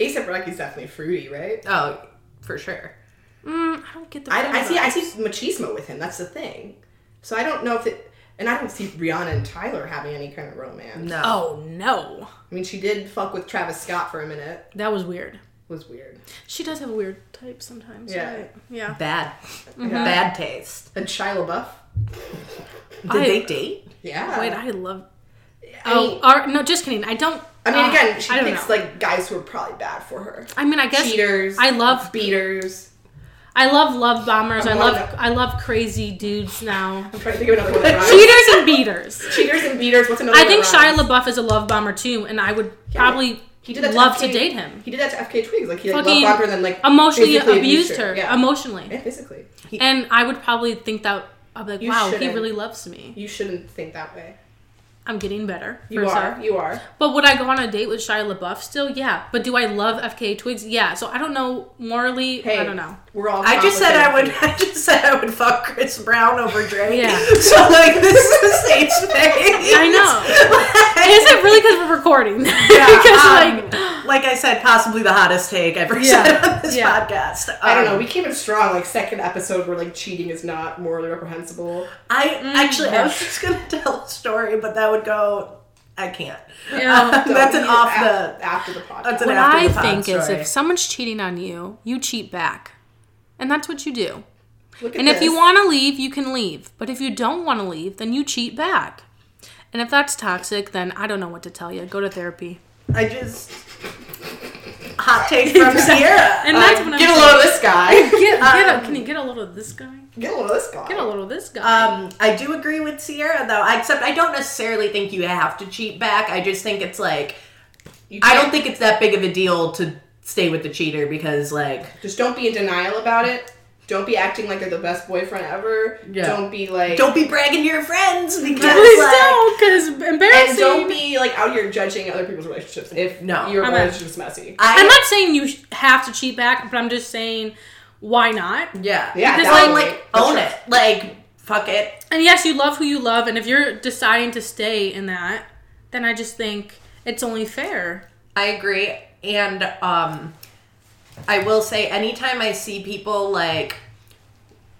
Speaker 1: ASAP Rocky's definitely fruity, right?
Speaker 2: Oh, for sure.
Speaker 3: Mm, I don't get the
Speaker 1: I, I see.
Speaker 3: vibe.
Speaker 1: I see machismo with him. That's the thing. So I don't know if it. And I don't see Rihanna and Tyler having any kind of romance.
Speaker 2: No.
Speaker 3: Oh, no.
Speaker 1: I mean, she did fuck with Travis Scott for a minute.
Speaker 3: That was weird.
Speaker 1: was weird.
Speaker 3: She does have a weird type sometimes.
Speaker 1: Yeah.
Speaker 3: right? Yeah.
Speaker 2: Bad.
Speaker 1: Yeah.
Speaker 2: Bad taste.
Speaker 1: And Shia LaBeouf.
Speaker 2: Did
Speaker 3: I-
Speaker 2: they date?
Speaker 1: Yeah.
Speaker 3: Wait, I love
Speaker 1: I
Speaker 3: Oh,
Speaker 1: mean,
Speaker 3: or, no, just kidding. I don't.
Speaker 1: I mean
Speaker 3: uh,
Speaker 1: again, she
Speaker 3: I don't
Speaker 1: picks
Speaker 3: know.
Speaker 1: like guys who are probably bad for her.
Speaker 3: I mean, I guess
Speaker 1: Cheaters.
Speaker 3: I love.
Speaker 1: beaters.
Speaker 3: I love love bombers. I
Speaker 1: I'm
Speaker 3: love.
Speaker 1: one of-
Speaker 3: I love crazy dudes now.
Speaker 1: I'm trying to think of another one. That rhymes.
Speaker 3: Cheaters and beaters.
Speaker 1: Cheaters and beaters. What's another?
Speaker 3: I
Speaker 1: one
Speaker 3: think
Speaker 1: that
Speaker 3: Shia
Speaker 1: rhymes?
Speaker 3: LaBeouf is a love bomber too, and I would
Speaker 1: Yeah.
Speaker 3: probably
Speaker 1: He did that. To
Speaker 3: love
Speaker 1: FK
Speaker 3: to date him.
Speaker 1: He did that to FK Twigs. Like he like,
Speaker 3: Fucking
Speaker 1: loved Rocker and then like
Speaker 3: Emotionally
Speaker 1: physically
Speaker 3: abused her.
Speaker 1: Yeah.
Speaker 3: Emotionally,
Speaker 1: yeah, basically.
Speaker 3: and I would probably think that. I'd be like,
Speaker 1: You
Speaker 3: wow, he
Speaker 1: shouldn't.
Speaker 3: really loves me.
Speaker 1: You shouldn't think that way.
Speaker 3: I'm getting better.
Speaker 1: You
Speaker 3: first
Speaker 1: are.
Speaker 3: off.
Speaker 1: You are.
Speaker 3: But would I go on a date with Shia LaBeouf still? Yeah. But do I love FKA Twigs? Yeah. So I don't know morally.
Speaker 1: Hey,
Speaker 3: I don't know.
Speaker 1: We're all.
Speaker 2: I just said I would.
Speaker 1: complicated.
Speaker 2: I just said I would fuck Chris Brown over Drake.
Speaker 3: Yeah.
Speaker 2: So like, this is a stage space.
Speaker 3: I know. Is it really because we're recording? because like
Speaker 2: um, like I said, possibly the hottest take I've ever
Speaker 3: Yeah.
Speaker 2: said on this
Speaker 3: Yeah.
Speaker 2: podcast.
Speaker 1: I don't
Speaker 2: Um,
Speaker 1: know. We came in strong. Like second episode, where like cheating is not morally reprehensible.
Speaker 2: I
Speaker 3: Mm-hmm.
Speaker 2: actually, I was just gonna tell a story, but that would go. I can't.
Speaker 3: Yeah.
Speaker 2: Um, that's
Speaker 1: So
Speaker 2: an
Speaker 1: we-
Speaker 2: off
Speaker 1: af-
Speaker 2: the.
Speaker 1: after the podcast.
Speaker 2: That's an
Speaker 3: what
Speaker 2: after
Speaker 3: I
Speaker 2: the pod
Speaker 3: think is
Speaker 2: story.
Speaker 3: if someone's cheating on you, you cheat back. And that's what you do.
Speaker 1: Look at
Speaker 3: And if
Speaker 1: this.
Speaker 3: you want to leave, you can leave. But if you don't want to leave, then you cheat back. And if that's toxic, then I don't know what to tell you. Go to therapy.
Speaker 2: I just hot take from Sierra.
Speaker 3: And that's what I'm
Speaker 1: get a
Speaker 3: saying.
Speaker 1: load of this guy.
Speaker 3: Get, get a, can you get a load of this guy? Uh,
Speaker 1: Get a load of this guy.
Speaker 3: Get a load of this guy.
Speaker 2: Um, I do agree with Sierra though, except I don't necessarily think you have to cheat back. I just think it's like
Speaker 1: You
Speaker 2: I
Speaker 1: can't-
Speaker 2: don't think it's that big of a deal to stay with the cheater because like
Speaker 1: Just don't be in denial about it. Don't be acting like they're the best boyfriend ever.
Speaker 2: Yeah.
Speaker 1: Don't be like.
Speaker 2: don't be bragging to your friends because
Speaker 3: Please
Speaker 2: like,
Speaker 3: don't, because embarrassing.
Speaker 1: And don't be like out here judging other people's relationships if
Speaker 2: No.
Speaker 1: your
Speaker 3: I'm not-
Speaker 1: relationship's messy.
Speaker 2: I
Speaker 3: I'm not saying you sh- have to cheat back, but I'm just saying why not?
Speaker 2: yeah
Speaker 1: Yeah,
Speaker 2: because
Speaker 1: that
Speaker 2: I'm
Speaker 1: would-
Speaker 2: like own it like fuck it
Speaker 3: And yes, you love who you love, and if you're deciding to stay in that, then I just think it's only fair.
Speaker 2: I agree. And um I will say anytime I see people like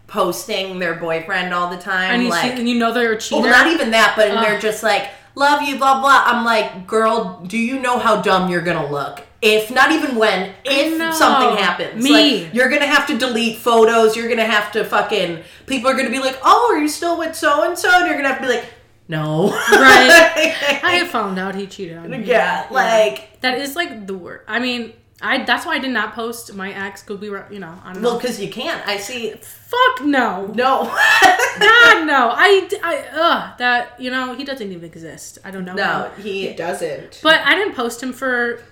Speaker 2: posting their boyfriend all the time,
Speaker 3: And you,
Speaker 2: like
Speaker 3: see, and you know they're a
Speaker 2: well,
Speaker 3: cheater.
Speaker 2: not even that, Uh. but they're
Speaker 3: Ugh.
Speaker 2: just like, love you, blah blah. I'm like, girl, do you know how dumb you're gonna look? If not even when, if
Speaker 3: know.
Speaker 2: something happens,
Speaker 3: Me.
Speaker 2: like you're gonna have to delete photos. You're gonna have to fucking. People are gonna be like, oh, are you still with so and so? And you're gonna have to be like, no,
Speaker 3: Right. I found out he cheated on me.
Speaker 2: yeah, like
Speaker 3: That is like the worst. I mean, I that's why I did not post my ex because we were you know I don't
Speaker 2: Well,
Speaker 3: know.
Speaker 2: because you can't. I see.
Speaker 3: Fuck no,
Speaker 2: No.
Speaker 3: God no. I I ugh that you know he doesn't even exist. I don't know. him.
Speaker 2: no,
Speaker 1: He
Speaker 2: he.
Speaker 1: doesn't.
Speaker 3: But I didn't post him for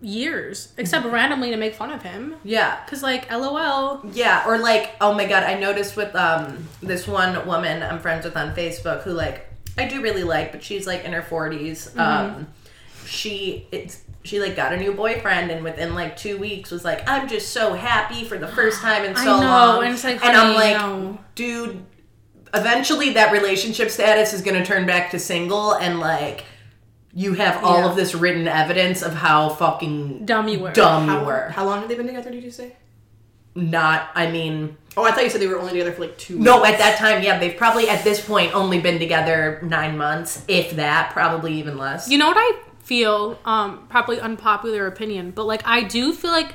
Speaker 3: years except randomly to make fun of him
Speaker 2: Yeah.
Speaker 3: because like LOL.
Speaker 2: Yeah, or like, oh my god, I noticed with um this one woman I'm friends with on Facebook who like I do really like, but she's like in her 40s.
Speaker 3: Mm-hmm.
Speaker 2: Um she it's she like got a new boyfriend and within like 2 weeks was like, "I'm just so happy for the first time in
Speaker 3: I
Speaker 2: so
Speaker 3: know,
Speaker 2: long."
Speaker 3: and it's like,
Speaker 2: I'm
Speaker 3: honey,
Speaker 2: like,
Speaker 3: no.
Speaker 2: "Dude, eventually that relationship status is going to turn back to single and like you have all
Speaker 3: Yeah.
Speaker 2: of this written evidence of how fucking
Speaker 3: Dumb you were.
Speaker 2: dumb
Speaker 1: how,
Speaker 2: you were.
Speaker 1: how long have they been together? Did you say?
Speaker 2: Not, I mean,
Speaker 1: Oh, I thought you said they were only together for like two.
Speaker 2: No, at that time, yeah, they've probably at this point only been together nine months, if that, probably even less.
Speaker 3: You know what I feel? Um, probably unpopular opinion, but like I do feel like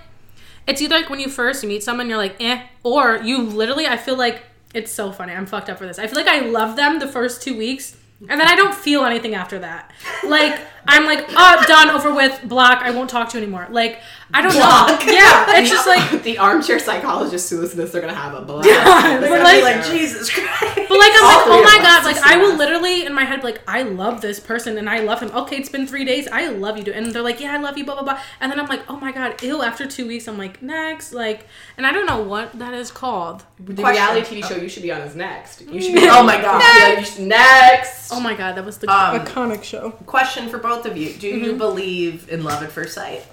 Speaker 3: it's either like when you first meet someone, you're like eh, or you literally. I feel like it's so funny. I'm fucked up for this. I feel like I love them the first two weeks. And then I don't feel anything after that. Like I'm like, oh, done, over with, block. I won't talk to you anymore. Like I don't
Speaker 2: Block.
Speaker 3: know. Yeah, it's just like,
Speaker 1: the armchair psychologists who listen to this, they're gonna have a blast.
Speaker 3: we're
Speaker 1: They're
Speaker 3: like-
Speaker 1: gonna be
Speaker 2: Jesus Christ.
Speaker 3: but like I'm
Speaker 1: All
Speaker 3: like,
Speaker 1: three
Speaker 3: oh
Speaker 1: of
Speaker 3: my
Speaker 1: us.
Speaker 3: god, like I will
Speaker 1: Yeah.
Speaker 3: literally in my head be like, I love this person and I love him. Okay, it's been three days. I love you, dude. And they're like, yeah, I love you, blah blah blah. And then I'm like, oh my god, ew. After two weeks, I'm like, next, like, and I don't know what that is called.
Speaker 1: the
Speaker 2: Question.
Speaker 1: reality TV show you should be on is next. You should be.
Speaker 2: Oh my God.
Speaker 1: Yeah, you should- next.
Speaker 3: Oh my god, that was the
Speaker 2: Um,
Speaker 5: Iconic show.
Speaker 3: oh.
Speaker 2: Question for both of you: Do you believe in love at first sight?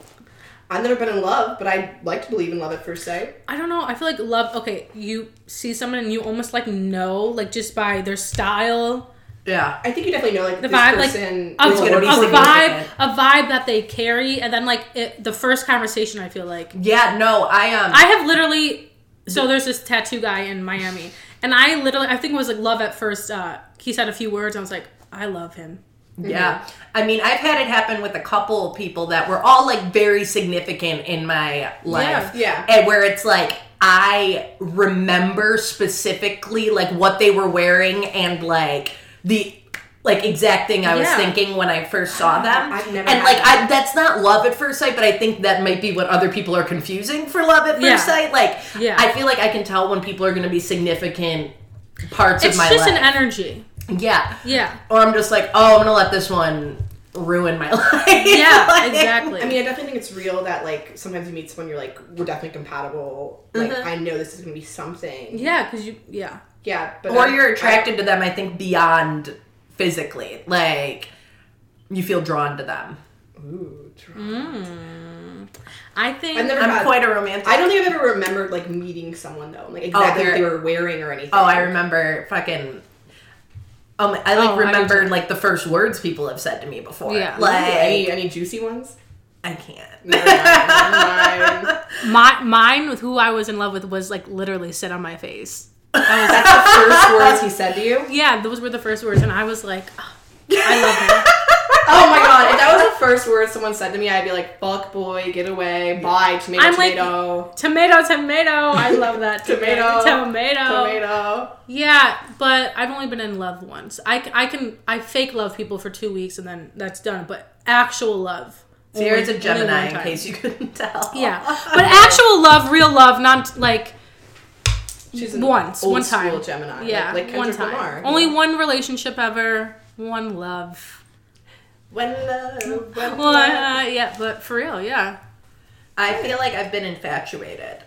Speaker 1: I've never been in love, but I like to believe in love at first sight.
Speaker 3: I don't know. I feel like love. Okay, you see someone and you almost like know, like just by their style,
Speaker 2: Yeah.
Speaker 1: I think you definitely know like
Speaker 3: the
Speaker 1: this
Speaker 3: vibe, like oh,
Speaker 1: person
Speaker 3: a,
Speaker 1: is gonna be
Speaker 3: a
Speaker 1: single.
Speaker 3: vibe,
Speaker 2: significant.
Speaker 3: a vibe that they carry, and then like it, the first conversation. I feel like
Speaker 2: Yeah. No, I um.
Speaker 3: I have literally. So there's this tattoo guy in Miami, and I literally, I think it was like love at first. Uh, he said a few words, and I was like, I love him.
Speaker 2: Yeah. I mean, I've had it happen with a couple people that were all like very significant in my life.
Speaker 1: Yeah, yeah.
Speaker 2: And where it's like, I remember specifically like what they were wearing and like the like exact thing I was
Speaker 3: Yeah. Ah,
Speaker 2: thinking when I first saw them.
Speaker 1: I've never
Speaker 2: and
Speaker 1: had
Speaker 2: like
Speaker 1: that.
Speaker 2: I that's not love at first sight, but I think that might be what other people are confusing for love at first
Speaker 3: Yeah.
Speaker 2: sight. Like
Speaker 3: Yeah.
Speaker 2: I feel like I can tell when people are gonna be significant parts
Speaker 3: It's
Speaker 2: of my
Speaker 3: just
Speaker 2: life.
Speaker 3: an e- energy.
Speaker 2: yeah
Speaker 3: Yeah.
Speaker 2: or I'm just like, oh, I'm gonna let this one ruin my life.
Speaker 3: Yeah,
Speaker 2: Like-
Speaker 3: exactly.
Speaker 1: I mean, I definitely think it's real that like sometimes you meet someone you're like we're definitely compatible. Like I know this is gonna be something.
Speaker 3: yeah, because you, yeah.
Speaker 1: yeah. But
Speaker 2: or
Speaker 1: I-
Speaker 2: you're attracted to them. I think beyond physically, like you feel drawn to them.
Speaker 1: I, ooh, tr-
Speaker 3: I think.
Speaker 1: I've never
Speaker 2: I'm
Speaker 1: had-
Speaker 2: quite a romantic.
Speaker 1: I don't think I've ever remembered like meeting someone though, like exactly what
Speaker 2: they're-
Speaker 1: they were wearing or anything.
Speaker 2: oh, I remember fucking. Um, I like
Speaker 3: Oh, I do
Speaker 2: remembered
Speaker 3: too.
Speaker 2: like the first words people have said to me before.
Speaker 3: Yeah.
Speaker 1: Ooh,
Speaker 2: like
Speaker 1: any any juicy ones?
Speaker 2: I can't.
Speaker 1: Never mind, never mind.
Speaker 3: my mine with who I was in love with was like literally sit on my face.
Speaker 1: That's Oh, the first words he said to you.
Speaker 3: Yeah, those were the first words, and I was like, "Oh, I love him.
Speaker 1: Oh my god! If that was the first word someone said to me, I'd be like, "Fuck boy, get away, bye, tomato,
Speaker 3: I'm like-
Speaker 1: tomato,
Speaker 3: tomato, tomato. I love that
Speaker 1: Tomato,
Speaker 3: tomato,
Speaker 1: tomato."
Speaker 3: Yeah, but I've only been in love once. I, c- I can I fake love people for two weeks and then that's done. But actual love.
Speaker 2: Sarah's
Speaker 3: only-
Speaker 2: a Gemini,
Speaker 3: only one
Speaker 2: in
Speaker 3: time.
Speaker 2: case you couldn't tell.
Speaker 3: Yeah, but actual love, real love, not like
Speaker 1: She's
Speaker 3: Once,
Speaker 1: old
Speaker 3: one
Speaker 1: school
Speaker 3: time.
Speaker 1: Gemini.
Speaker 3: yeah,
Speaker 1: like, like
Speaker 3: one
Speaker 1: Kendrick
Speaker 3: time.
Speaker 1: Lamar.
Speaker 3: Only one relationship ever, one love.
Speaker 1: When love, when
Speaker 3: Well,
Speaker 1: love.
Speaker 3: uh, yeah, but for real, yeah.
Speaker 2: I feel like I've been infatuated.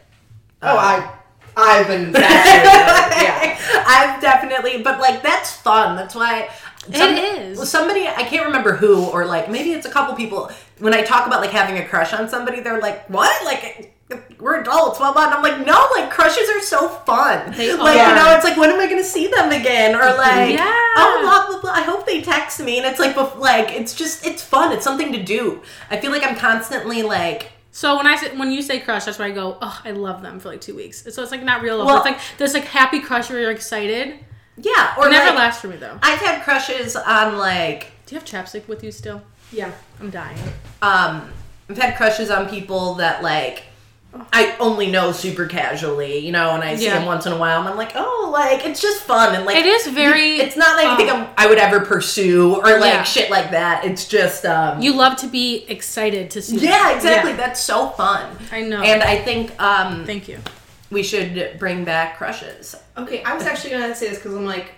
Speaker 1: Oh, I, I've been fascinated. yeah.
Speaker 2: I've definitely, but like that's fun. That's why some-
Speaker 3: is.
Speaker 2: Somebody I can't remember who, or like maybe it's a couple people. When I talk about like having a crush on somebody, they're like, "What? Like we're adults, blah blah." And I'm like, "No, like crushes are so fun.
Speaker 3: They
Speaker 2: like
Speaker 3: are.
Speaker 2: you know, it's like when am I gonna see them again? Or like,
Speaker 3: Yeah.
Speaker 2: oh blah blah blah. I hope they text me. And it's like, bef- like it's just it's fun. It's something to do. I feel like I'm constantly like.
Speaker 3: So when I say, when you say crush, that's where I go. Oh, I love them for like two weeks. So it's like not real love.
Speaker 2: Well-
Speaker 3: it's like there's like happy crush where you're excited.
Speaker 2: Yeah, or
Speaker 3: Never
Speaker 2: like,
Speaker 3: lasts for me though.
Speaker 2: I've had crushes on like
Speaker 3: Do you have chapstick with you still?
Speaker 1: Yeah.
Speaker 3: I'm dying.
Speaker 2: um I've had crushes on people that like I only know super casually, you know, and I see
Speaker 3: Yeah.
Speaker 2: him once in a while, and I'm like, oh, like it's just fun, and like
Speaker 3: It is very.
Speaker 2: It's not like I think
Speaker 3: um,
Speaker 2: I'm, I would ever pursue or like
Speaker 3: Yeah.
Speaker 2: shit like that. It's just um,
Speaker 3: You love to be excited to see.
Speaker 2: yeah, exactly. That's so fun.
Speaker 3: I know.
Speaker 2: and I think um,
Speaker 3: Thank you.
Speaker 2: we should bring back crushes.
Speaker 1: Okay, I was actually gonna say this because I'm like,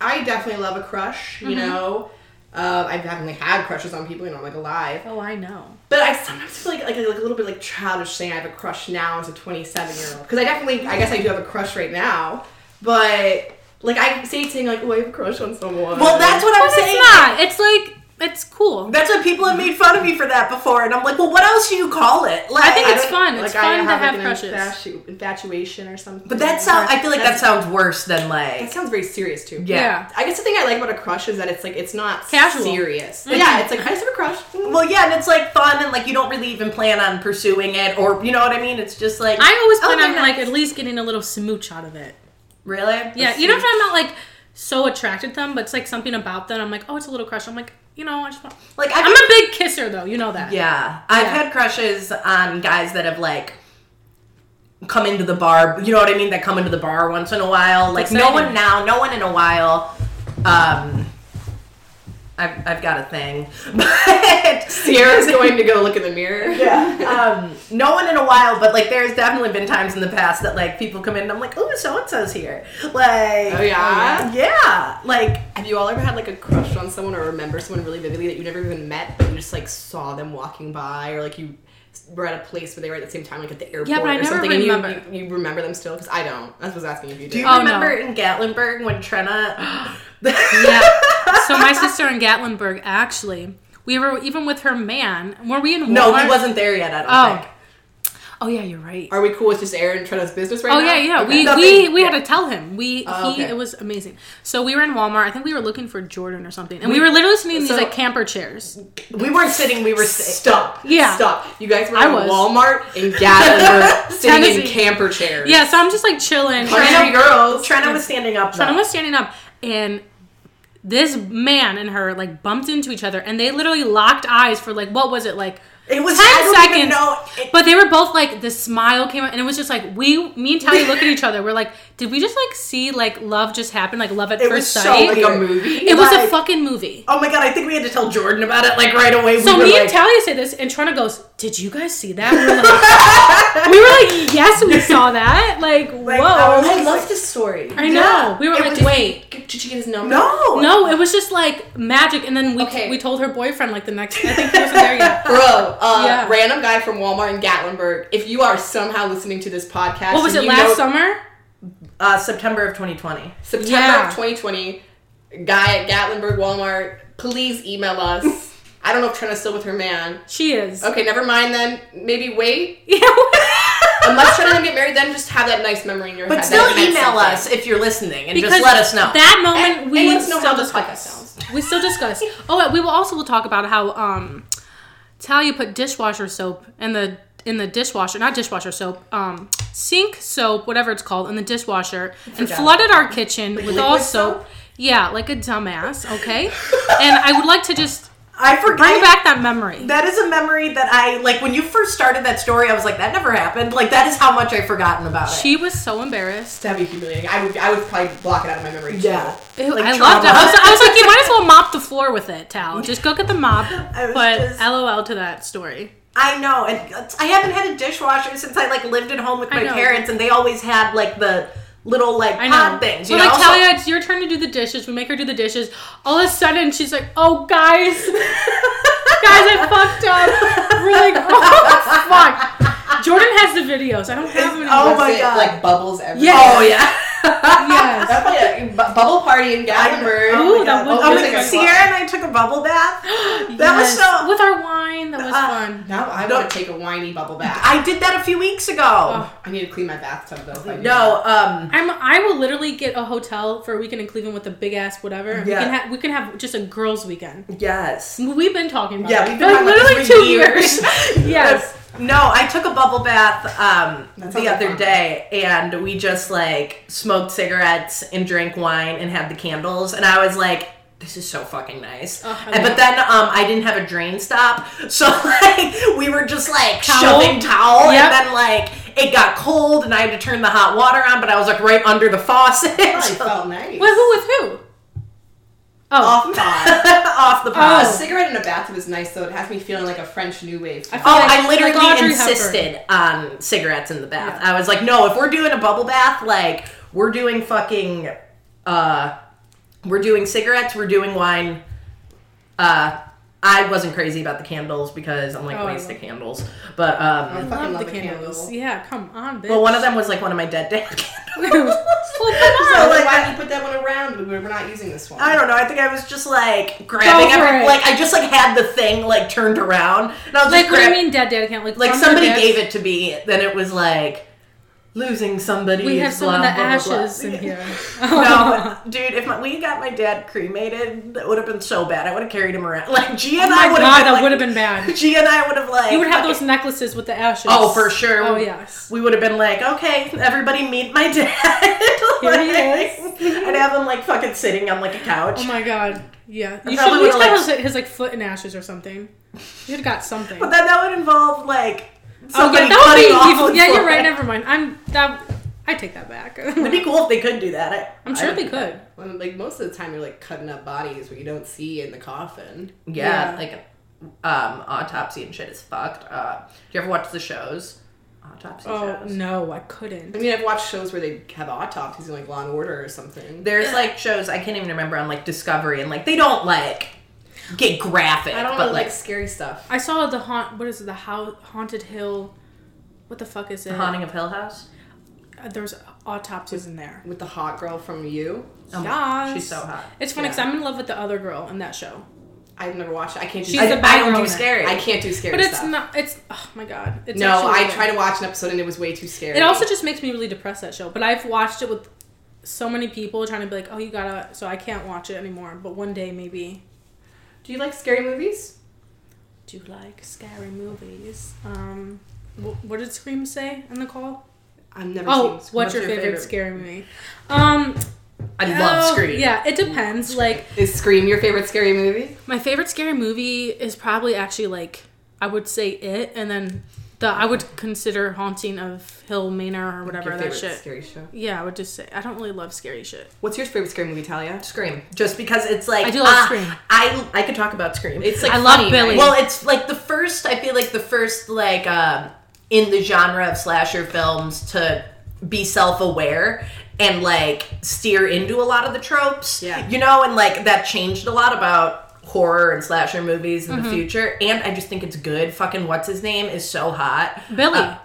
Speaker 1: I definitely love a crush.
Speaker 3: Mm-hmm.
Speaker 1: You know, uh, I've definitely had crushes on people. You know, I'm like alive.
Speaker 3: Oh, I know.
Speaker 1: But I sometimes feel like like, like a little bit like childish saying I have a crush now as a 27 year old because I definitely I guess I do have a crush right now, but like I say saying like oh I have a crush on someone.
Speaker 2: Well, that's what I'm
Speaker 3: But
Speaker 2: saying.
Speaker 3: it's not. It's like it's cool.
Speaker 2: That's what people have made fun of me for that before, and I'm like, well, what else do you call it? Like,
Speaker 3: I think it's
Speaker 1: don't-
Speaker 3: fun. It's
Speaker 1: I
Speaker 3: fun to have
Speaker 1: an
Speaker 3: crushes.
Speaker 1: infatu- infatuation or something.
Speaker 2: but that sounds. I feel like that sounds worse than
Speaker 1: that
Speaker 2: like.
Speaker 1: sounds very serious too.
Speaker 2: Yeah.
Speaker 1: I guess the thing I like about a crush is that it's like it's not
Speaker 3: Casual. Mm-hmm.
Speaker 1: serious. But yeah, it's like I just have a crush. Mm.
Speaker 2: Well, yeah, and it's like fun, and like you don't really even plan on pursuing it, or you know what I mean. It's just like
Speaker 3: I always
Speaker 2: oh,
Speaker 3: plan
Speaker 2: they're
Speaker 3: on
Speaker 2: nice.
Speaker 3: like at least getting a little smooch out of it.
Speaker 2: really
Speaker 3: Yeah, you know if I'm not like so attracted to them, but it's like something about them. I'm like, oh, it's a little crush. I'm like, you know, I just want.
Speaker 2: like I've
Speaker 3: I'm a big kisser though. You know that.
Speaker 2: Yeah. I've
Speaker 3: Yeah.
Speaker 2: had crushes on guys that have like come into the bar, you know what I mean, that come into the bar once in a while. Like no
Speaker 3: Exciting.
Speaker 2: one now, no one in a while. Um I've, I've got a thing. But
Speaker 1: Sierra's going to go look in the mirror.
Speaker 2: um, no one in a while, but like there's definitely been times in the past that like people come in and I'm like, oh, so and so's here. Like,
Speaker 1: Oh, yeah?
Speaker 2: yeah, like
Speaker 1: Have you all ever had like a crush on someone or remember someone really vividly that you never even met, but you just like saw them walking by or like you s- were at a place where they were at the same time, like at the airport
Speaker 3: but I
Speaker 1: or
Speaker 3: never
Speaker 1: something, and you-
Speaker 3: remember.
Speaker 1: You, you, remember them still? Because I don't. I was asking if you
Speaker 2: do
Speaker 1: do.
Speaker 2: you
Speaker 3: Oh, no.
Speaker 2: remember in Gatlinburg when Trenna?
Speaker 3: Yeah. so my sister in Gatlinburg, actually, we were even with her man. Were we in? Walmart?
Speaker 2: no, he wasn't there yet. I don't
Speaker 3: Oh.
Speaker 2: think.
Speaker 3: Oh yeah, you're right.
Speaker 1: Are we cool with just Aaron Trenna's business right
Speaker 3: Oh
Speaker 1: now?
Speaker 3: yeah, yeah.
Speaker 1: Okay.
Speaker 3: We
Speaker 2: Nothing-
Speaker 3: we we had to tell him. We
Speaker 1: Oh,
Speaker 3: he
Speaker 1: okay.
Speaker 3: it was amazing. So we were in Walmart. I think we were looking for Jordan or something, and we, were literally sitting in these
Speaker 1: so-
Speaker 3: like camper chairs.
Speaker 2: We weren't sitting. We were sta-
Speaker 1: Stop.
Speaker 3: Yeah.
Speaker 1: Stop. You guys were
Speaker 3: I
Speaker 1: in
Speaker 3: was.
Speaker 1: Walmart and Gatlinburg sitting in
Speaker 3: Tennessee.
Speaker 1: camper chairs.
Speaker 3: Yeah, so I'm just like chilling.
Speaker 1: Country
Speaker 3: And-
Speaker 2: Trenna-
Speaker 1: girls.
Speaker 2: Trenna was standing up.
Speaker 3: Trenna
Speaker 2: though.
Speaker 3: was standing up, and this man and her like bumped into each other, and they literally locked eyes for like what was it like
Speaker 2: It was
Speaker 3: ten
Speaker 2: I don't
Speaker 3: seconds?
Speaker 2: Even know. It-
Speaker 3: but they were both like the smile came out, and it was just like we, me and Tally look at each other. We're like, did we just like see like love just happen, like love at
Speaker 2: It was
Speaker 3: first
Speaker 2: so
Speaker 3: sight?
Speaker 1: Like a movie.
Speaker 3: it was a
Speaker 2: like-
Speaker 3: fucking movie.
Speaker 2: oh my god! I think we had to tell Jordan about it like right away. We
Speaker 3: So
Speaker 2: were
Speaker 3: me
Speaker 2: like,
Speaker 3: and Talia say this, and Trina goes, "Did you guys see that?" We were like, we were like, "Yes, we saw that."
Speaker 2: like,
Speaker 3: Like, whoa!
Speaker 2: was
Speaker 1: Oh, I
Speaker 2: like-
Speaker 1: love this story.
Speaker 3: I know.
Speaker 2: yeah.
Speaker 3: we were
Speaker 2: It
Speaker 3: like,
Speaker 2: was-
Speaker 3: "Wait,
Speaker 1: Did you get his number?
Speaker 2: No.
Speaker 3: no!" It was just like magic. And then we
Speaker 1: Okay.
Speaker 3: we told her boyfriend like the next. I think he wasn't there yet.
Speaker 1: Bro, uh,
Speaker 3: Yeah.
Speaker 1: random guy from Walmart in Gatlinburg. If you are somehow listening to this podcast,
Speaker 3: What was
Speaker 1: and
Speaker 3: it
Speaker 1: you
Speaker 3: last
Speaker 1: know-
Speaker 3: summer?
Speaker 2: Uh, September of 2020.
Speaker 1: September
Speaker 3: Yeah.
Speaker 1: of 2020, guy at Gatlinburg Walmart, please email us. I don't know if Trina's still with her man.
Speaker 3: She is.
Speaker 1: Okay, never mind then. Maybe wait.
Speaker 3: Yeah.
Speaker 1: Unless Trina didn't get married, then just have that nice memory in your
Speaker 2: But
Speaker 1: head.
Speaker 2: still,
Speaker 1: That meant
Speaker 2: email
Speaker 1: something.
Speaker 2: us if you're listening and just let us know.
Speaker 3: That moment
Speaker 1: And-
Speaker 3: we
Speaker 1: and let us know
Speaker 3: still
Speaker 1: how this podcast
Speaker 3: discuss.
Speaker 1: sounds.
Speaker 3: We still discuss. Oh, and we will also will talk about how um, Talia put dishwasher soap in the in the dishwasher, not dishwasher soap, um, sink soap, whatever it's called, in the dishwasher, and flooded our kitchen with all
Speaker 1: liquid
Speaker 3: soap.
Speaker 1: soap?
Speaker 3: Yeah, like a dumbass. Okay, and I would like to just
Speaker 2: I forgot.
Speaker 3: bring back that memory.
Speaker 2: That is a memory that I like. When you first started that story, I was like, that never happened. Like that is how much I've forgotten about it.
Speaker 3: She was so embarrassed.
Speaker 1: That'd be humiliating. I would, I would probably block it out of my memory. too.
Speaker 2: yeah.
Speaker 3: Ew,
Speaker 2: Like
Speaker 3: I
Speaker 2: trauma.
Speaker 3: loved it. I was, I was like, you might as well mop the floor with it, Tal. Just go get the mop.
Speaker 2: was
Speaker 3: But
Speaker 2: just-
Speaker 3: LOL to that story.
Speaker 2: I know, and it's- I haven't had a dishwasher since I like lived at home with my
Speaker 3: know.
Speaker 2: parents, and they always had like the little like
Speaker 3: I
Speaker 2: pod
Speaker 3: know.
Speaker 2: things. You
Speaker 3: We're
Speaker 2: know,
Speaker 3: like,
Speaker 2: So-
Speaker 3: Talia, it's your turn to do the dishes. We make her do the dishes. All of a sudden, she's like, oh, guys. guys, I fucked up. We're like, oh, fuck. Jordan has the videos. I don't have them anymore.
Speaker 2: Oh
Speaker 1: What's
Speaker 2: my
Speaker 1: it,
Speaker 2: God.
Speaker 1: Like bubbles everywhere.
Speaker 3: Yeah.
Speaker 2: Oh yeah.
Speaker 3: Yes.
Speaker 1: That's like a bu- bubble party in Gatlinburg.
Speaker 2: Oh
Speaker 3: Ooh, that was
Speaker 1: Oh,
Speaker 2: Oh
Speaker 1: It's
Speaker 2: my
Speaker 1: like
Speaker 2: god,
Speaker 1: a
Speaker 2: Sierra and I took a bubble bath. That was
Speaker 3: Yes.
Speaker 2: so.
Speaker 3: With our wine, that was
Speaker 2: Uh,
Speaker 3: fun.
Speaker 1: Now I want to take a whiny bubble bath.
Speaker 2: I did that a few weeks
Speaker 3: Oh,
Speaker 2: ago.
Speaker 1: I need to clean my bathtub though. if I do
Speaker 2: No, um,
Speaker 3: I'm, I will literally get a hotel for a weekend in Cleveland with a big ass whatever. and
Speaker 2: Yeah.
Speaker 3: We, can ha- we can have just a girls' weekend.
Speaker 2: yes.
Speaker 3: We've been talking about
Speaker 2: Yeah,
Speaker 3: it.
Speaker 2: we've been
Speaker 3: Like,
Speaker 2: talking about
Speaker 3: literally
Speaker 2: this for
Speaker 3: two
Speaker 2: years.
Speaker 3: years. yes.
Speaker 2: No, I took a bubble bath um,
Speaker 1: That sounds
Speaker 2: the
Speaker 1: like
Speaker 2: other
Speaker 1: fun.
Speaker 2: day, and we just like smoked cigarettes and drank wine and had the candles, and I was like. This is so fucking nice.
Speaker 3: Oh, I
Speaker 2: and,
Speaker 3: love
Speaker 2: but
Speaker 3: it.
Speaker 2: then um, I didn't have a drain stop, so like we were just like
Speaker 3: Towel?
Speaker 2: shoving towel,
Speaker 3: Yep.
Speaker 2: and then like it got cold and I had to turn the hot water on, but I was like right under the faucet.
Speaker 1: Probably felt nice.
Speaker 3: Well, who with who? Oh,
Speaker 1: Off pod.
Speaker 2: off the
Speaker 1: a
Speaker 2: pot.
Speaker 1: cigarette in a bathroom is nice, though. It has me feeling like a French New Wave.
Speaker 3: I feel
Speaker 2: Oh,
Speaker 3: like-
Speaker 2: I literally
Speaker 3: like Audrey Hepburn.
Speaker 2: insisted on cigarettes in the bath. I was like, no, if we're doing a bubble bath, like we're doing fucking, uh, we're doing cigarettes, we're doing wine. Uh, I wasn't crazy about the candles because I'm like
Speaker 3: Oh, I
Speaker 2: waste of
Speaker 3: love-
Speaker 2: candles, but um,
Speaker 1: I
Speaker 3: Love
Speaker 1: fucking
Speaker 3: the candles. Yeah, come on, bitch.
Speaker 2: well, one of them was like one of my dead dad candles.
Speaker 3: Oh, Well, come
Speaker 1: So
Speaker 3: on.
Speaker 2: like,
Speaker 1: why do you put that one around? We're we're not using this one.
Speaker 2: I don't know. I think I was just like grabbing
Speaker 3: Go for
Speaker 2: every,
Speaker 3: it.
Speaker 2: like I just like had the thing like turned around and I was
Speaker 3: Like,
Speaker 2: just
Speaker 3: what do you
Speaker 2: grab-
Speaker 3: mean, dead dad account? Like,
Speaker 2: like
Speaker 3: from
Speaker 2: somebody
Speaker 3: her dad-
Speaker 2: gave it to me then it was like losing somebody
Speaker 3: We
Speaker 2: is
Speaker 3: have some
Speaker 2: blah,
Speaker 3: of the
Speaker 2: blah, blah, blah.
Speaker 3: ashes in here. Oh
Speaker 2: no dude if my, we got my dad cremated that would have been so bad i would have carried him around like g and
Speaker 3: Oh
Speaker 2: i
Speaker 3: my
Speaker 2: would
Speaker 3: God,
Speaker 2: have been
Speaker 3: that
Speaker 2: like,
Speaker 3: would have been bad.
Speaker 2: g and i would have like
Speaker 3: You would have
Speaker 2: fucking-
Speaker 3: those necklaces with the ashes.
Speaker 2: oh for sure
Speaker 3: Oh
Speaker 2: We-
Speaker 3: yes.
Speaker 2: we would have been like okay everybody meet my dad
Speaker 3: Here he
Speaker 2: Like, i'd have him like fucking sitting on like a couch
Speaker 3: Oh my god. Yeah. You
Speaker 2: probably
Speaker 3: should. We
Speaker 2: would've,
Speaker 3: should
Speaker 2: like-
Speaker 3: have his, his like foot in ashes or something. You should have got something.
Speaker 2: but then that would involve like
Speaker 3: Oh
Speaker 2: somebody
Speaker 3: yeah, that
Speaker 2: cutting
Speaker 3: would be
Speaker 2: off
Speaker 3: evil.
Speaker 2: his
Speaker 3: Yeah, you're
Speaker 2: leg.
Speaker 3: right. Never mind. I'm that. I take that back.
Speaker 2: it'd be cool if they could do that I,
Speaker 3: I'm
Speaker 2: I
Speaker 3: sure
Speaker 2: would
Speaker 3: they
Speaker 2: do that.
Speaker 3: could.
Speaker 1: Well, like most of the time, you're like cutting up bodies what you don't see in the coffin.
Speaker 2: Yeah,
Speaker 3: Yeah.
Speaker 2: like um, autopsy and shit is fucked. Uh, do you ever watch the shows? Autopsy
Speaker 3: Oh
Speaker 2: shows.
Speaker 3: no, I
Speaker 1: I
Speaker 3: couldn't.
Speaker 1: mean, I've watched shows where they have autopsies in like Law and Order or something.
Speaker 2: There's like shows I can't even remember on like Discovery and like they don't like get graphic,
Speaker 1: I don't
Speaker 2: but
Speaker 1: know,
Speaker 2: like
Speaker 1: like scary stuff.
Speaker 3: I saw the haunt. What is it? The how, haunted hill. What the fuck is it?
Speaker 2: The Haunting of Hill House.
Speaker 3: Uh, There's autopsies in there.
Speaker 1: With the hot girl from You,
Speaker 2: Oh my-
Speaker 3: Yes.
Speaker 2: she's so hot.
Speaker 3: It's funny because I'm in love with the other girl in that show.
Speaker 1: I've never watched. it. I can't. Do
Speaker 3: She's
Speaker 2: I,
Speaker 3: a
Speaker 1: I,
Speaker 2: I don't
Speaker 3: background
Speaker 2: do
Speaker 3: in
Speaker 2: scary.
Speaker 1: I can't do scary
Speaker 3: But it's
Speaker 1: stuff.
Speaker 3: not. It's oh my god. It's
Speaker 1: no,
Speaker 3: actually
Speaker 1: I
Speaker 3: weird.
Speaker 1: tried to watch an episode and it was way too scary.
Speaker 3: It also just makes me really depressed that show. But I've watched it with so many people trying to be like, oh, you gotta. So I can't watch it anymore. But one day maybe.
Speaker 1: Do you like scary movies?
Speaker 3: Do you like scary movies? Um, wh- what did Scream say in the call?
Speaker 1: I've never
Speaker 3: Oh,
Speaker 1: seen.
Speaker 3: what's, your, favorite, scary movie? Um,
Speaker 2: I love
Speaker 3: oh,
Speaker 2: Scream.
Speaker 3: Yeah, it depends. Like
Speaker 1: Is Scream your favorite scary movie?
Speaker 3: my favorite scary movie is probably actually like I would say it, and then the I would consider Haunting of Hill Manor or whatever
Speaker 1: your
Speaker 3: that
Speaker 1: favorite
Speaker 3: shit.
Speaker 1: scary show.
Speaker 3: Yeah, I would just say I don't really love scary shit.
Speaker 1: What's your favorite scary movie, Talia?
Speaker 2: Scream. Just because it's like
Speaker 3: I do love
Speaker 2: ah,
Speaker 3: Scream.
Speaker 2: I I could talk about Scream.
Speaker 1: It's like
Speaker 3: I love
Speaker 1: funny,
Speaker 3: Billy.
Speaker 1: right?
Speaker 2: Well, it's like the first. I feel like the first like um, in the genre of slasher films to be self-aware and like steer into a lot of the tropes.
Speaker 1: Yeah.
Speaker 2: you know, and like that changed a lot about horror and slasher movies in
Speaker 3: Mm-hmm.
Speaker 2: the future. And I just think it's good. Fucking what's his name is so hot.
Speaker 3: Billy,
Speaker 2: Uh,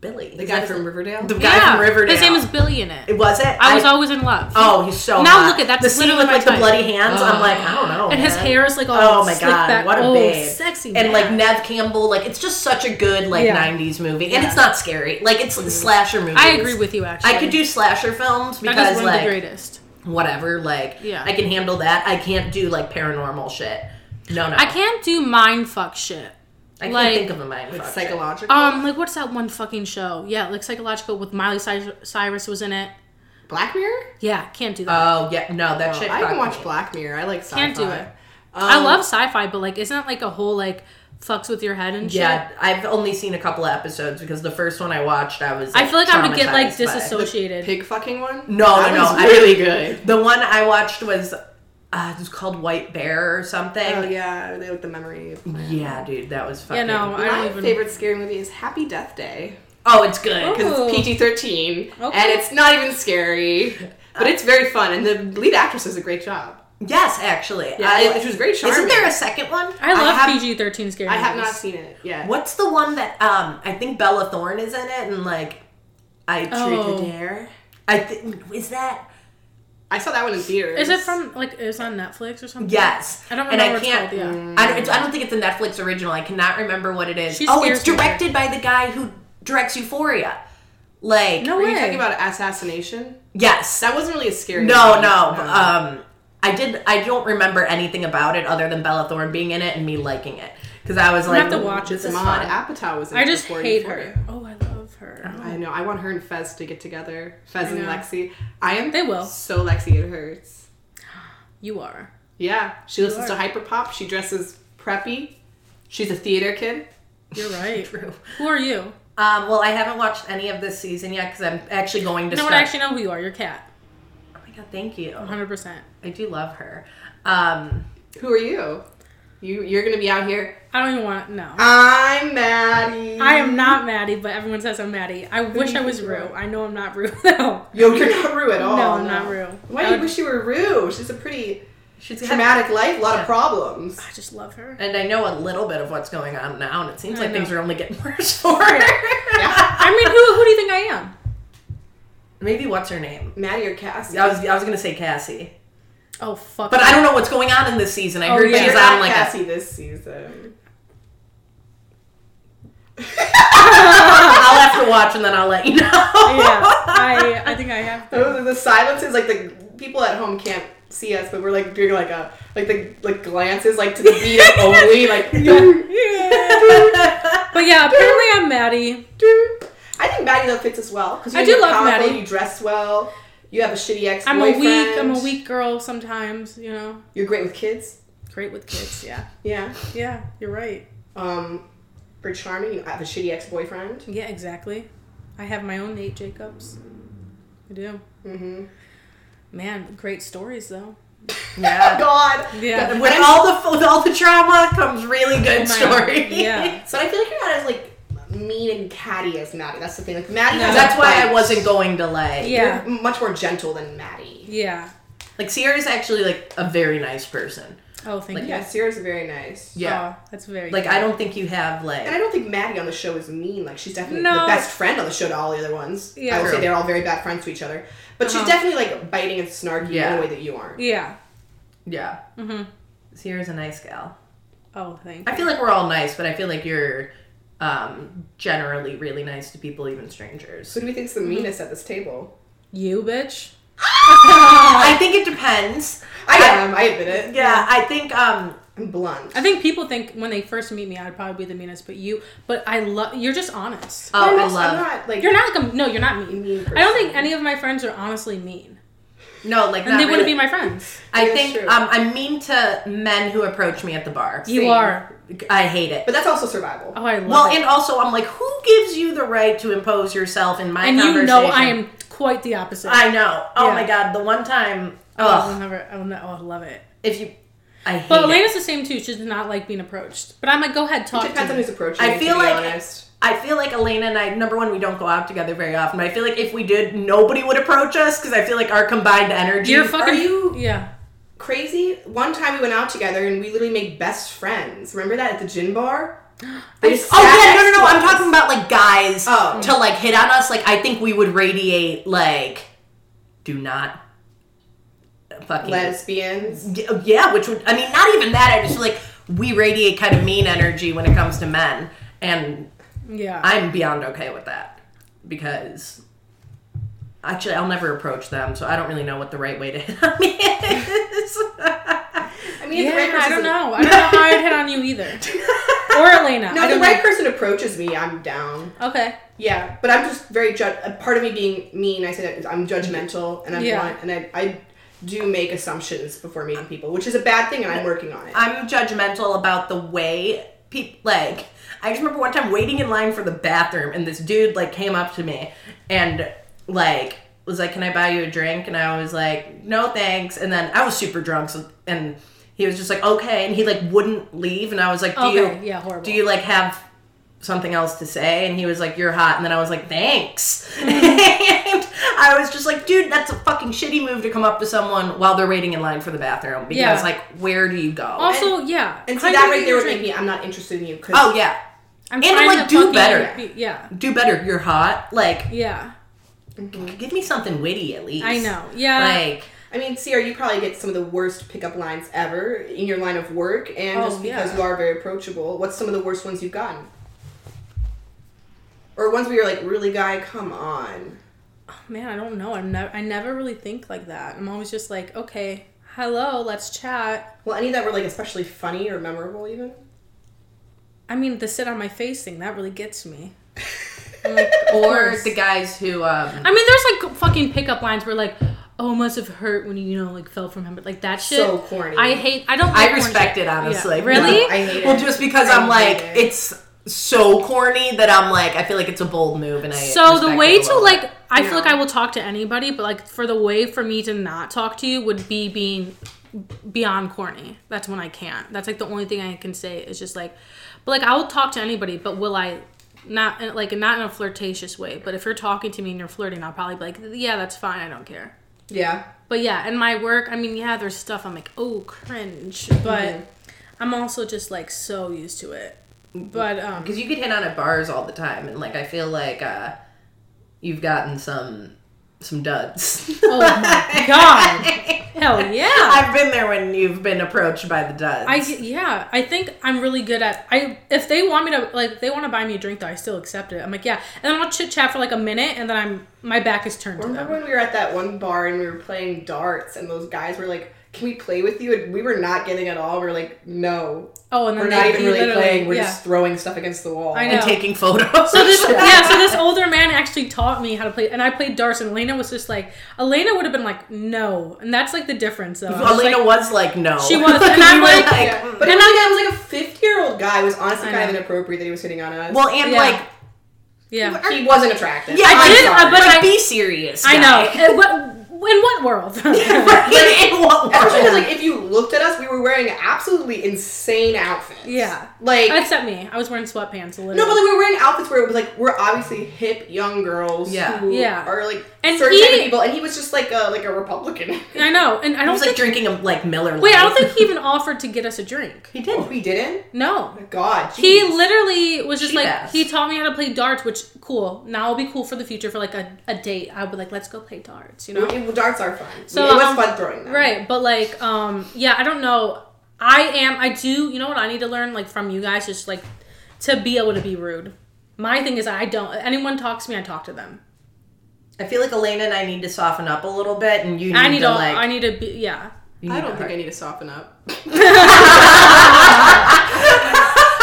Speaker 2: Billy,
Speaker 1: The guy from Riverdale.
Speaker 2: the guy
Speaker 3: yeah,
Speaker 2: from Riverdale.
Speaker 3: His name is Billy in it.
Speaker 2: It was it.
Speaker 3: I was always in love.
Speaker 2: Oh, he's so.
Speaker 3: Now
Speaker 2: hot.
Speaker 3: look at- that's
Speaker 2: the scene
Speaker 3: literally
Speaker 2: with
Speaker 3: my
Speaker 2: like the
Speaker 3: type.
Speaker 2: bloody hands. I'm like, I don't know.
Speaker 3: and his
Speaker 2: man.
Speaker 3: hair is like all
Speaker 2: Oh my
Speaker 3: slick
Speaker 2: god,
Speaker 3: back.
Speaker 2: what a
Speaker 3: oh,
Speaker 2: babe.
Speaker 3: sexy
Speaker 2: And
Speaker 3: man.
Speaker 2: like Nev Campbell, like it's just such a good like
Speaker 3: Yeah. Mm-hmm.
Speaker 2: 90s movie. And it's not scary. Like it's slasher movies.
Speaker 3: I agree with you actually.
Speaker 2: I could do slasher films
Speaker 3: that is
Speaker 2: because
Speaker 3: one of the
Speaker 2: like
Speaker 3: greatest.
Speaker 2: whatever, like
Speaker 3: Yeah.
Speaker 2: I can handle that. I can't do like paranormal shit. No, no.
Speaker 3: I can't do mind fuck shit.
Speaker 2: I can't
Speaker 3: like-
Speaker 2: think of a mind
Speaker 1: It's
Speaker 2: fuck shit.
Speaker 1: psychological.
Speaker 3: Um, like what's that one fucking show? Yeah, like psychological with Miley Cy- Cyrus was in it.
Speaker 1: Black Mirror.
Speaker 3: Yeah, can't do that.
Speaker 2: Oh yeah, no, that shit.
Speaker 1: I
Speaker 2: fucked
Speaker 1: haven't
Speaker 2: me.
Speaker 1: watched Black Mirror. I like sci-fi.
Speaker 3: Can't do it.
Speaker 1: Um,
Speaker 3: I love sci-fi, but like, isn't it like a whole like fucks with your head and shit?
Speaker 2: Yeah, I've only seen a couple of episodes because the first one I watched, I was.
Speaker 3: I feel like I would get like
Speaker 2: traumatized by.
Speaker 3: disassociated.
Speaker 1: pig fucking one.
Speaker 2: No,
Speaker 1: that
Speaker 2: no, no,
Speaker 1: one's
Speaker 2: I-
Speaker 1: really good.
Speaker 2: The one I watched was, uh, it was called White Bear or something.
Speaker 1: Oh yeah, they like the memory. Of my
Speaker 2: Yeah, dude, that was fucking.
Speaker 3: yeah, no, I
Speaker 1: my
Speaker 3: don't even.
Speaker 1: favorite scary movie is Happy Death Day
Speaker 2: Oh, it's good. 'cause-
Speaker 1: because
Speaker 3: Ooh.
Speaker 1: it's PG thirteen and
Speaker 3: Okay.
Speaker 1: it's not even scary, but it's very fun and the lead actress does a great job.
Speaker 2: Yes, actually.
Speaker 1: Yeah,
Speaker 2: I-
Speaker 1: it- she was very
Speaker 2: Isn't
Speaker 1: charming.
Speaker 2: there a second one?
Speaker 3: I love
Speaker 2: have-
Speaker 3: PG thirteen scary.
Speaker 1: I have
Speaker 3: movies.
Speaker 1: not seen it yet.
Speaker 2: What's the one that um I think Bella Thorne is in it and like I
Speaker 3: Oh.
Speaker 2: Truth or Dare. I think is that
Speaker 1: I saw that one in theaters.
Speaker 3: Is it from like it's on Netflix or something?
Speaker 2: yes.
Speaker 3: I don't
Speaker 2: And
Speaker 3: remember
Speaker 2: I
Speaker 3: what it's
Speaker 2: can't. mm.
Speaker 3: called. Yeah.
Speaker 2: I don't, it's, I don't think it's a Netflix original. I cannot remember what it is.
Speaker 3: She
Speaker 2: oh, it's
Speaker 3: scares me.
Speaker 2: directed by the guy who directs Euphoria. Like
Speaker 3: No
Speaker 1: Are
Speaker 3: way.
Speaker 1: you talking about assassination?
Speaker 2: yes,
Speaker 1: That wasn't really a scary.
Speaker 2: No,
Speaker 1: movie.
Speaker 2: no. Um, I did. I don't remember anything about it other than Bella Thorne being in it and me liking it because I was like,
Speaker 3: have to watch it
Speaker 2: this is
Speaker 1: Maud
Speaker 2: fun.
Speaker 1: Apatow was. In
Speaker 3: I
Speaker 1: it
Speaker 3: just
Speaker 1: before
Speaker 3: hate
Speaker 1: Euphoria.
Speaker 3: her. Oh, I love her.
Speaker 1: I know. I want her and Fez to get together. Fez and
Speaker 3: know.
Speaker 1: Lexi. I am.
Speaker 3: They will.
Speaker 1: So Lexi, it hurts.
Speaker 3: You are.
Speaker 1: Yeah, she listens to hyperpop. She dresses preppy. She's a theater kid.
Speaker 3: You're right. Who are you?
Speaker 2: Um, well, I haven't watched any of this season yet because I'm actually going to
Speaker 3: No,
Speaker 2: start.
Speaker 3: I actually know who you are. Your cat.
Speaker 2: oh my god, thank you.
Speaker 3: 100%.
Speaker 2: I do love her. Um,
Speaker 1: Who are you? You you're gonna be out here.
Speaker 3: I don't even want no.
Speaker 1: I'm Maddie.
Speaker 3: I am not Maddie, but everyone says I'm Maddie. I wish I was Rue. I know I'm not Rue though.
Speaker 1: Yo, you're not Rue at all.
Speaker 3: No, I'm not Rue. Uh,
Speaker 1: Why do you wish you were Rue? She's a pretty
Speaker 2: she's got-
Speaker 1: traumatic life, a lot of problems.
Speaker 3: I just love her.
Speaker 2: and I know a little bit of what's going on now, and it seems
Speaker 3: I
Speaker 2: like things
Speaker 3: know.
Speaker 2: are only getting worse for her.
Speaker 3: I mean, who who do you think I am?
Speaker 2: Maybe what's her name?
Speaker 1: Maddie or Cassie?
Speaker 2: I was I was gonna say Cassie,
Speaker 3: Oh fuck.
Speaker 2: but I don't know what's going on in this season. I
Speaker 3: Oh,
Speaker 2: heard
Speaker 3: yeah.
Speaker 2: she's
Speaker 3: You're
Speaker 2: on
Speaker 1: not
Speaker 2: like a.
Speaker 1: Cassie this season.
Speaker 2: I'll have to watch and then I'll let you know.
Speaker 3: Yeah, I I think I have.
Speaker 1: Those are the silences, like the people at home can't see us, but we're like doing like a like the like glances like to the beat of only like.
Speaker 3: But yeah, apparently I'm Maddie.
Speaker 1: I think Maddie though fits us well because
Speaker 3: I do love Maddie.
Speaker 1: You dress well. You have a shitty ex.
Speaker 3: I'm a weak. I'm a weak girl sometimes. You know,
Speaker 1: You're great with kids.
Speaker 3: great with kids. Yeah,
Speaker 1: Yeah.
Speaker 3: yeah, you're right.
Speaker 1: Um, you're charming. You have a shitty ex boyfriend.
Speaker 3: Yeah, exactly. I have my own Nate Jacobs. I do.
Speaker 1: Mm-hmm.
Speaker 3: Man, great stories though.
Speaker 2: Yeah.
Speaker 1: God.
Speaker 3: Yeah.
Speaker 2: When all the with all the trauma comes really good story.
Speaker 3: Yeah.
Speaker 1: But I feel like you're not as like mean and catty as Maddie. That's the thing. Like Maddie. has a
Speaker 2: That's why I
Speaker 1: bite.
Speaker 2: wasn't going to like.
Speaker 3: Yeah.
Speaker 1: You're much more gentle than Maddie.
Speaker 3: Yeah.
Speaker 2: Like Sierra's actually like a very nice person.
Speaker 3: Oh, thank
Speaker 2: Like,
Speaker 3: you.
Speaker 1: Yeah, Sierra's very nice.
Speaker 3: Oh, that's very
Speaker 2: Like I don't think you have
Speaker 1: And I
Speaker 2: like
Speaker 1: don't think Maddie on the show is mean. Like she's definitely
Speaker 3: No.
Speaker 1: the best friend on the show to all the other ones.
Speaker 3: Yeah.
Speaker 1: I would
Speaker 2: True.
Speaker 1: say they're all very bad friends to each other. But she's
Speaker 3: Uh-huh.
Speaker 1: definitely like biting and snarky in
Speaker 2: Yeah.
Speaker 1: a way that you aren't.
Speaker 3: Yeah.
Speaker 2: yeah.
Speaker 3: Mm-hmm.
Speaker 2: Sierra's a nice gal.
Speaker 3: Oh, thank
Speaker 2: I feel like we're all nice, but I feel like you're um generally really nice to people, even strangers.
Speaker 1: So who do we think's the meanest at this table?
Speaker 3: you, bitch.
Speaker 2: I think it depends.
Speaker 1: I am. I admit it.
Speaker 2: Yeah, I think um
Speaker 1: I'm blunt.
Speaker 3: I think people think when they first meet me, I'd probably be the meanest, but you, but I love, you're just honest.
Speaker 2: oh
Speaker 1: I'm
Speaker 2: I
Speaker 1: also
Speaker 2: love
Speaker 1: not like
Speaker 3: You're not like a, no, you're not
Speaker 1: a
Speaker 3: mean.
Speaker 1: mean. Person.
Speaker 3: I don't think any of my friends are honestly mean.
Speaker 2: no like
Speaker 3: And
Speaker 2: not
Speaker 3: they wouldn't
Speaker 2: really.
Speaker 3: be my friends.
Speaker 2: I
Speaker 1: Yeah,
Speaker 2: think
Speaker 1: true.
Speaker 2: um I'm mean to men who approach me at the bar.
Speaker 3: You
Speaker 1: Same.
Speaker 3: are.
Speaker 2: I hate it.
Speaker 1: But that's also survival.
Speaker 3: Oh, I love
Speaker 2: Well,
Speaker 3: it.
Speaker 2: and also I'm like, who gives you the right to impose yourself in my
Speaker 3: and
Speaker 2: conversation?
Speaker 3: you know I am quite the opposite.
Speaker 2: I know. Oh
Speaker 3: Yeah.
Speaker 2: my god, the one time.
Speaker 3: I will
Speaker 2: Ugh,
Speaker 3: never, I will never, oh, I love it.
Speaker 2: if you, I hate
Speaker 3: But
Speaker 2: it.
Speaker 3: Elena's the same too. She does not like being approached. But I'm like, go ahead, talk
Speaker 1: It depends
Speaker 3: to
Speaker 1: on
Speaker 3: me.
Speaker 1: who's approaching.
Speaker 2: I
Speaker 1: you,
Speaker 2: feel
Speaker 1: to be
Speaker 2: like-
Speaker 1: honest.
Speaker 2: I feel like Elena and I. Number one, we don't go out together very often. But I feel like if we did, nobody would approach us because I feel like our combined energy.
Speaker 3: You're fucking.
Speaker 1: Are you-
Speaker 3: Yeah.
Speaker 1: crazy. One time we went out together and we literally made best friends. Remember that at the gin bar? They just
Speaker 2: Oh
Speaker 1: sat
Speaker 2: yeah, no, no,
Speaker 1: next
Speaker 2: no!
Speaker 1: to
Speaker 2: I'm
Speaker 1: us.
Speaker 2: talking about like guys
Speaker 1: Oh.
Speaker 2: to like hit on us. Like I think we would radiate like, do not fucking
Speaker 1: lesbians.
Speaker 2: Y- Yeah, which would I mean, not even that. I just feel like we radiate kind of mean energy when it comes to men, and
Speaker 3: Yeah.
Speaker 2: I'm beyond okay with that because actually I'll never approach them, so I don't really know what the right way to hit on me is.
Speaker 1: I mean,
Speaker 3: yeah,
Speaker 1: if the right
Speaker 3: I
Speaker 1: person
Speaker 3: don't know. I don't know how I'd hit on you either. Or Elena.
Speaker 1: No,
Speaker 3: I
Speaker 1: if the
Speaker 3: don't
Speaker 1: right person approaches me, I'm down.
Speaker 3: know. Okay.
Speaker 1: Yeah, but I'm just very jud- a part of me being mean. I said it, I'm judgmental and I'm
Speaker 3: Yeah.
Speaker 1: blunt, and I, I do make assumptions before meeting people, which is a bad thing, and I'm working on it.
Speaker 2: I'm judgmental about the way people like. I just remember one time waiting in line for the bathroom, and this dude like came up to me and like was like, "Can I buy you a drink?" And I was like, "No, thanks." And then I was super drunk, so, and he was just like, "Okay," and he like wouldn't leave, and I was like, "Do
Speaker 3: Okay.
Speaker 2: you
Speaker 3: yeah. Horrible.
Speaker 2: do you like have something else to say?" And he was like, "You're hot," and then I was like, "Thanks."
Speaker 3: Mm-hmm.
Speaker 2: and I was just like, "Dude, that's a fucking shitty move to come up to someone while they're waiting in line for the bathroom because
Speaker 3: Yeah.
Speaker 2: like, where do you go?"
Speaker 3: Also, yeah.
Speaker 1: and
Speaker 3: how
Speaker 1: so that
Speaker 3: do you
Speaker 1: right there would
Speaker 3: drink?
Speaker 1: make me I'm not interested in you. Cause
Speaker 2: Oh yeah.
Speaker 3: I'm
Speaker 2: And,
Speaker 3: trying
Speaker 2: like,
Speaker 3: to
Speaker 2: do
Speaker 3: fucking
Speaker 2: better.
Speaker 3: be- yeah.
Speaker 2: Do better. You're hot. Like
Speaker 3: Yeah.
Speaker 2: g- give me something witty at least.
Speaker 3: Mm-hmm. I know. Yeah.
Speaker 2: Like
Speaker 1: I mean, Sierra, you probably get some of the worst pickup lines ever in your line of work, and
Speaker 3: Oh,
Speaker 1: just because
Speaker 3: yeah.
Speaker 1: you are very approachable, what's some of the worst ones you've gotten? Or ones where you're like, really, guy, come on.
Speaker 3: Man, I don't know. I'm never. I never really think like that. I'm always just like, okay, hello, let's chat.
Speaker 1: Well, any that were like especially funny or memorable, even.
Speaker 3: I mean, the sit on my face thing that really gets me.
Speaker 2: or
Speaker 3: Uh, course.
Speaker 2: the guys who um
Speaker 3: I mean, there's like fucking pickup lines where like, oh, must have hurt when you you know like fell from him, but like that shit.
Speaker 1: So corny.
Speaker 3: I hate. I don't.
Speaker 2: I
Speaker 3: like corny
Speaker 2: respect
Speaker 3: shit.
Speaker 2: it honestly.
Speaker 3: Yeah. Really?
Speaker 1: I hate it.
Speaker 2: Well just because
Speaker 1: I
Speaker 2: I'm like
Speaker 1: hate it.
Speaker 2: it's so corny that I'm like, I feel like it's a bold move, and I
Speaker 3: So the
Speaker 2: respect it
Speaker 3: way
Speaker 2: a
Speaker 3: to
Speaker 2: little
Speaker 3: like,
Speaker 2: bit.
Speaker 3: I feel like I will talk to anybody, but like for the way for me to not talk to you would be being beyond corny. That's when I can't. That's like the only thing I can say is just like, but like I will talk to anybody, but will I? Not like not in a flirtatious way, but if you're talking to me and you're flirting, I'll probably be like, yeah, that's fine. I don't care.
Speaker 1: Yeah.
Speaker 3: But yeah, in my work, I mean, yeah, there's stuff I'm like, oh, cringe, but
Speaker 2: Mm-hmm.
Speaker 3: I'm also just like so used to it.
Speaker 2: Mm-hmm.
Speaker 3: But um,
Speaker 2: because you get hit on at bars all the time, and like I feel like uh, you've gotten some some duds.
Speaker 3: oh my god, hell yeah!
Speaker 2: I've been there when you've been approached by the duds.
Speaker 3: I yeah, I think I'm really good at I if they want me to like if they want to buy me a drink though, I still accept it. I'm like, yeah. And then I'll chit chat for like a minute and then I'm my back is turned to
Speaker 1: Remember
Speaker 3: them.
Speaker 1: when we were at that one bar and we were playing darts and those guys were like, "Can we play with you?" And we were not getting at all. We were like, "No,
Speaker 3: Oh, and then
Speaker 1: we're
Speaker 3: they,
Speaker 1: not even
Speaker 3: he
Speaker 1: really
Speaker 3: literally-
Speaker 1: playing. We're
Speaker 3: yeah.
Speaker 1: just throwing stuff against the wall."
Speaker 3: I know.
Speaker 2: and taking photos.
Speaker 3: So this yeah, so this older man actually taught me how to play and I played darts and Elena was just like Elena would have been like, no. And that's like the difference though. I was
Speaker 2: Alina
Speaker 3: like-
Speaker 2: was like, no.
Speaker 3: She was, and
Speaker 2: We
Speaker 3: I'm
Speaker 2: were
Speaker 3: like-
Speaker 1: Yeah. But
Speaker 3: And
Speaker 1: and
Speaker 3: I'm-
Speaker 1: I was like a 50 year old guy was honestly
Speaker 3: I
Speaker 1: kind of
Speaker 3: know.
Speaker 1: inappropriate that he was hitting on us.
Speaker 2: well, and
Speaker 3: Yeah.
Speaker 2: like,
Speaker 3: yeah.
Speaker 1: he wasn't attractive.
Speaker 2: yeah,
Speaker 3: I
Speaker 2: like,
Speaker 3: did, uh, but
Speaker 2: like,
Speaker 3: I-
Speaker 2: be serious.
Speaker 3: I
Speaker 2: guy.
Speaker 3: know. In what, in what world?
Speaker 2: Right? In what
Speaker 1: Especially
Speaker 2: world?
Speaker 1: because, like, if you looked at us, we were wearing absolutely insane outfits.
Speaker 3: Yeah.
Speaker 1: Like,
Speaker 3: Except me. I was wearing sweatpants a little.
Speaker 1: no, but like, we were wearing outfits where it was like, we're obviously hip young girls
Speaker 2: Yeah.
Speaker 1: who
Speaker 3: Yeah.
Speaker 1: are like
Speaker 3: And
Speaker 1: certain type
Speaker 3: he-
Speaker 1: of people, and he was just like a, like a Republican.
Speaker 3: I know. And I
Speaker 2: I
Speaker 3: don't
Speaker 2: was like
Speaker 3: think
Speaker 2: drinking a like Miller.
Speaker 3: Wait, I don't
Speaker 2: Lite.
Speaker 3: think he even offered to get us a drink.
Speaker 1: He did. We didn't?
Speaker 3: No.
Speaker 1: Oh, God.
Speaker 3: He
Speaker 1: jeez.
Speaker 3: literally was just
Speaker 2: Cheap
Speaker 3: like
Speaker 2: ass.
Speaker 3: he taught me how to play darts, which cool. Now it'll be cool for the future for like a, a date. I would like let's go play darts, you know?
Speaker 1: Well, well, darts are fun.
Speaker 3: So,
Speaker 1: it was
Speaker 3: um,
Speaker 1: fun throwing them.
Speaker 3: Right, but like um yeah, I don't know. I am I do you know what I need to learn like from you guys just like to be able to be rude. My thing is I don't anyone talks to me, I talk to them.
Speaker 2: I feel like Elena and I need to soften up a little bit, and you need,
Speaker 3: I need
Speaker 2: to
Speaker 3: to
Speaker 2: like.
Speaker 3: I need to be yeah.
Speaker 2: you need
Speaker 1: I
Speaker 2: to
Speaker 1: don't think I
Speaker 2: hurt.
Speaker 1: need to soften up.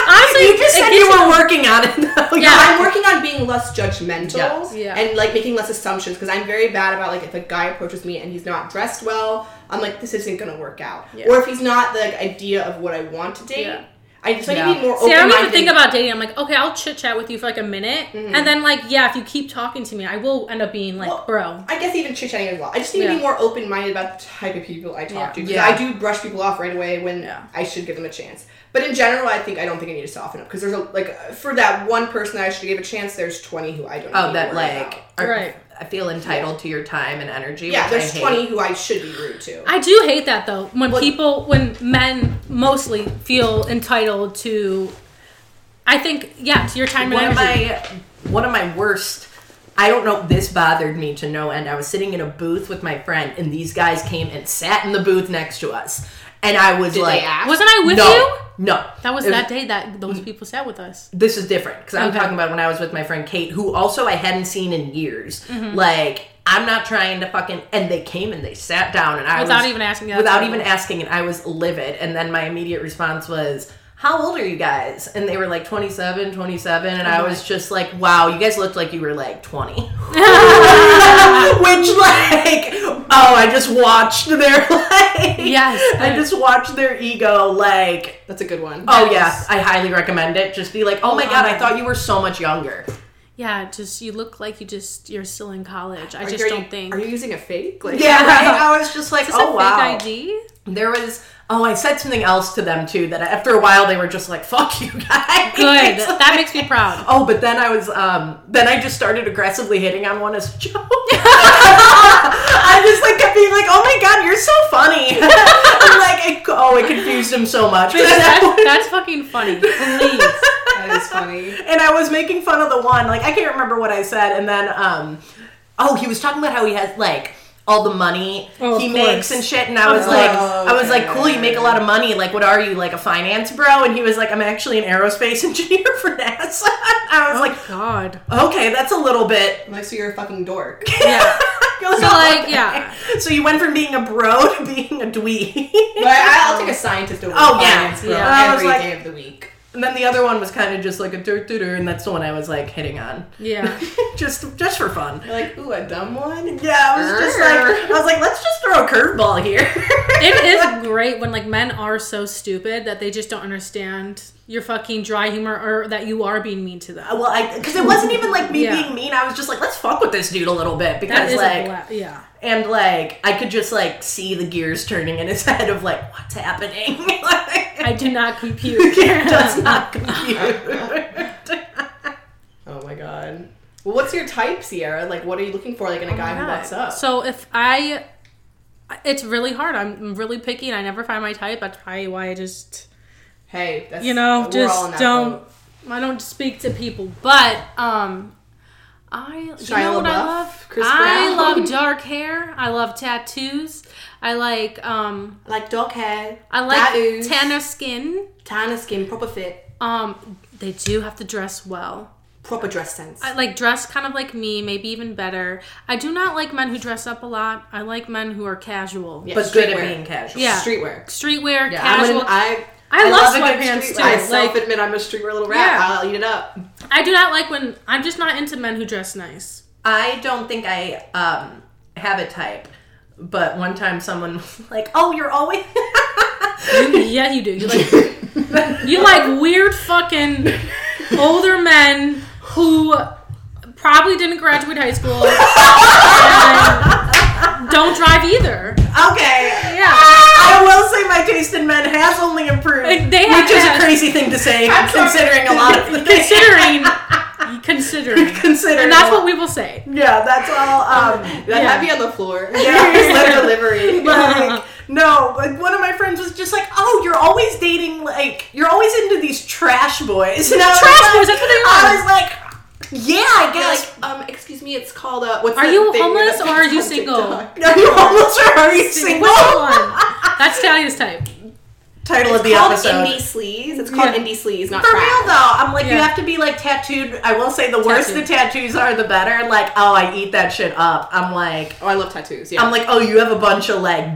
Speaker 3: Honestly,
Speaker 2: You just
Speaker 3: it
Speaker 2: said
Speaker 3: gives
Speaker 2: you were working on it. Though.
Speaker 3: Yeah.
Speaker 1: I'm working on being less judgmental
Speaker 2: Yeah.
Speaker 3: Yeah.
Speaker 1: and like making less assumptions because I'm very bad about like if a guy approaches me and he's not dressed well, I'm like this isn't gonna work out.
Speaker 3: Yeah.
Speaker 1: Or if he's not the like, idea of what I want to date,
Speaker 3: Yeah.
Speaker 1: I just
Speaker 2: Yeah.
Speaker 1: need to be more.
Speaker 3: See, I don't even
Speaker 1: open-minded.
Speaker 3: think about dating. I'm like, okay, I'll chit chat with you for like a minute,
Speaker 2: Mm-hmm.
Speaker 3: and then like, yeah, if you keep talking to me, I will end up being like,
Speaker 1: Well,
Speaker 3: bro.
Speaker 1: I guess even chit chatting as well. I just need to
Speaker 3: Yeah.
Speaker 1: be more open minded about the type of people I talk to. 'cause
Speaker 2: Yeah.
Speaker 1: I do brush people off right away when
Speaker 3: Yeah.
Speaker 1: I should give them a chance. But in general, I think I don't think I need to soften up because there's a like for that one person that I should give a chance. There's 20 who I don't. need
Speaker 2: Oh,
Speaker 1: to
Speaker 2: that
Speaker 1: worry
Speaker 2: like.
Speaker 1: about.
Speaker 2: are-
Speaker 3: Right.
Speaker 2: I feel entitled to your time and energy.
Speaker 1: Yeah,
Speaker 2: which I
Speaker 1: there's
Speaker 2: hate.
Speaker 1: 20 who I should be rude to.
Speaker 3: I do hate that though. When
Speaker 1: What-
Speaker 3: people, when men mostly feel entitled to, I think yeah, to your time
Speaker 2: one
Speaker 3: and
Speaker 2: of
Speaker 3: energy.
Speaker 2: my one of my worst I don't know this bothered me to no end. I was sitting in a booth with my friend and these guys came and sat in the booth next to us. And I was
Speaker 1: Did
Speaker 2: like
Speaker 1: they ask?
Speaker 3: Wasn't I with
Speaker 2: no,
Speaker 3: you?
Speaker 2: No.
Speaker 3: That was
Speaker 2: It
Speaker 3: that day that those people sat with us.
Speaker 2: This is different because I'm
Speaker 3: Okay.
Speaker 2: talking about when I was with my friend Kate, who also I hadn't seen in years.
Speaker 3: Mm-hmm.
Speaker 2: Like I'm not trying to fucking. And they came and they sat down and I
Speaker 3: Without
Speaker 2: was-
Speaker 3: even asking, yeah,
Speaker 2: without
Speaker 3: that's
Speaker 2: even asking, and I was livid. And then my immediate response was. How old are you guys? And they were like 27, 27. And
Speaker 3: Oh
Speaker 2: I was just like, wow, you guys looked like you were like 20. Which, like, oh, I just watched their, like,
Speaker 3: Yes.
Speaker 2: I just watched their ego, like,
Speaker 1: That's a good one.
Speaker 2: Oh yeah, I highly recommend it. Just be like, oh my god, I thought you were so much younger.
Speaker 3: Yeah, just you look like you just you're still in college. I
Speaker 1: Are-
Speaker 3: just
Speaker 1: are
Speaker 3: don't
Speaker 1: you,
Speaker 3: think.
Speaker 1: Are you using a fake? Like,
Speaker 2: Yeah, right? I was just like,
Speaker 3: Is this
Speaker 2: oh
Speaker 3: a
Speaker 2: wow.
Speaker 3: fake ID?
Speaker 2: There was. Oh, I said something else to them too. That after a while, they were just like, fuck you guys.
Speaker 3: Good. that makes me proud.
Speaker 2: Oh, but then I was, um, then I just started aggressively hitting on one as a joke. I just like kept being like, oh my god, you're so funny. I'm like, I, oh, it confused him so much. But then I
Speaker 3: That's, that's fucking funny. Please.
Speaker 1: that is funny.
Speaker 2: and I was making fun of the one. Like I can't remember what I said, and then um, oh, he was talking about how he has like all the money
Speaker 3: Oh,
Speaker 2: he
Speaker 3: of
Speaker 2: makes
Speaker 3: course.
Speaker 2: and shit, and I was
Speaker 1: Oh,
Speaker 2: like, I was like,
Speaker 1: okay.
Speaker 2: cool, you make a lot of money. Like, what are you like a finance bro? And he was like, I'm actually an aerospace engineer for NASA. I
Speaker 3: Oh.
Speaker 2: was like,
Speaker 3: God.
Speaker 2: okay, that's a little bit.
Speaker 1: I'm like, so you're a fucking dork.
Speaker 3: Yeah.
Speaker 2: I was
Speaker 3: So, like, yeah.
Speaker 2: So you went from being a bro to being a dweeb.
Speaker 1: But I, I'll take a scientist over
Speaker 2: Oh,
Speaker 1: a
Speaker 2: yeah.
Speaker 1: finance bro
Speaker 3: Yeah.
Speaker 2: I was
Speaker 1: every
Speaker 2: like-
Speaker 1: day of the week.
Speaker 2: and then the other one was kind of just like a dirt dooter, and that's the one I was like hitting on,
Speaker 3: Yeah.
Speaker 2: just just for fun.
Speaker 1: You're like, ooh, a dumb one?
Speaker 2: Yeah, I was just like, I was like, let's just throw a curveball here.
Speaker 3: it is great when like men are so stupid that they just don't understand your fucking dry humor or that you are being mean to them.
Speaker 2: Well, I because it wasn't even like me
Speaker 3: Yeah.
Speaker 2: being mean. I was just like, let's fuck with this dude a little bit
Speaker 3: That
Speaker 2: because
Speaker 3: is
Speaker 2: like,
Speaker 3: a bla- yeah.
Speaker 2: and like, I could just like see the gears turning in his head of like, what's happening? like,
Speaker 3: I do not compute.
Speaker 2: does not compute.
Speaker 1: Oh my god. Well, what's your type, Sierra? Like, what are you looking for, like, in a guy who
Speaker 2: God.
Speaker 1: walks up?
Speaker 3: Oh So if I, it's really hard. I'm really picky, and I never find my type. That's probably why I just,
Speaker 1: hey, that's
Speaker 3: you know,
Speaker 1: we're all in
Speaker 3: just
Speaker 1: that
Speaker 3: don't.
Speaker 1: boat.
Speaker 3: I don't speak to people, but um, I you
Speaker 1: Shia
Speaker 3: know what I
Speaker 1: LaBeouf,
Speaker 3: love.
Speaker 1: Chris
Speaker 3: I
Speaker 1: Brown.
Speaker 3: love dark hair. I love tattoos. I like um,
Speaker 1: Like dog hair.
Speaker 3: I like
Speaker 1: tattoos,
Speaker 3: tanner skin.
Speaker 1: tanner skin, proper fit,
Speaker 3: Um, they do have to dress well.
Speaker 1: proper dress sense.
Speaker 3: I like dress kind of like me, maybe even better. I do not like men who dress up a lot. I like men who are casual.
Speaker 1: Yeah,
Speaker 2: but good at
Speaker 1: streetwear.
Speaker 2: being casual.
Speaker 3: Yeah.
Speaker 1: Streetwear.
Speaker 3: Streetwear,
Speaker 2: Yeah, I'm
Speaker 3: casual.
Speaker 1: I'm an, I,
Speaker 3: I love
Speaker 1: a good
Speaker 3: sweatpants,
Speaker 1: streetwear.
Speaker 3: too.
Speaker 1: I
Speaker 3: Like-
Speaker 1: self admit I'm a streetwear little rat.
Speaker 3: Yeah.
Speaker 1: I'll eat it up.
Speaker 3: I do not like when I'm just not into men who dress nice.
Speaker 2: I don't think I um, have a type, but one time someone was like, "Oh, you're always."
Speaker 3: yeah, you do. You like you like weird fucking older men who probably didn't graduate high school. and don't drive either.
Speaker 2: okay.
Speaker 3: Yeah.
Speaker 2: I will say my taste in men has only improved,
Speaker 3: Like, they have
Speaker 2: which is a
Speaker 3: had-
Speaker 2: crazy thing to say,
Speaker 1: I'm sorry.
Speaker 2: considering a lot of the things.
Speaker 3: Considering considering.
Speaker 2: Considering,
Speaker 3: And that's what we will say.
Speaker 2: Yeah, that's all. Um,
Speaker 1: That
Speaker 3: Yeah.
Speaker 1: had me on the floor.
Speaker 2: Yeah.
Speaker 1: Just letter delivery.
Speaker 2: like, no, like one of my friends was just like, "Oh, you're always dating like you're always into these trash boys." And I was
Speaker 3: Trash
Speaker 2: like-
Speaker 3: boys, that's what they
Speaker 2: I
Speaker 3: are.
Speaker 2: was like, "Yeah, I
Speaker 1: They're
Speaker 2: guess."
Speaker 1: like, um, excuse me, it's called uh, what's
Speaker 3: Are
Speaker 1: that
Speaker 3: you
Speaker 1: thing
Speaker 3: homeless
Speaker 1: that-
Speaker 3: or are you single?
Speaker 1: TikTok?
Speaker 2: no, you almost are. Are you single?
Speaker 3: Which one? That's Talia's type.
Speaker 2: Title of the
Speaker 1: called
Speaker 2: episode.
Speaker 1: indie sleaze. It's called
Speaker 3: Yeah.
Speaker 1: indie sleaze, not
Speaker 2: For
Speaker 1: trash.
Speaker 2: real though, I'm like, you
Speaker 3: Yeah.
Speaker 2: have to be like tattooed. I will say, the worse the
Speaker 3: Tattooed.
Speaker 2: tattoos are, the better. Like, oh, I eat that shit up. I'm like,
Speaker 1: Oh, I love tattoos. Yeah.
Speaker 2: I'm like, oh, you have a bunch of like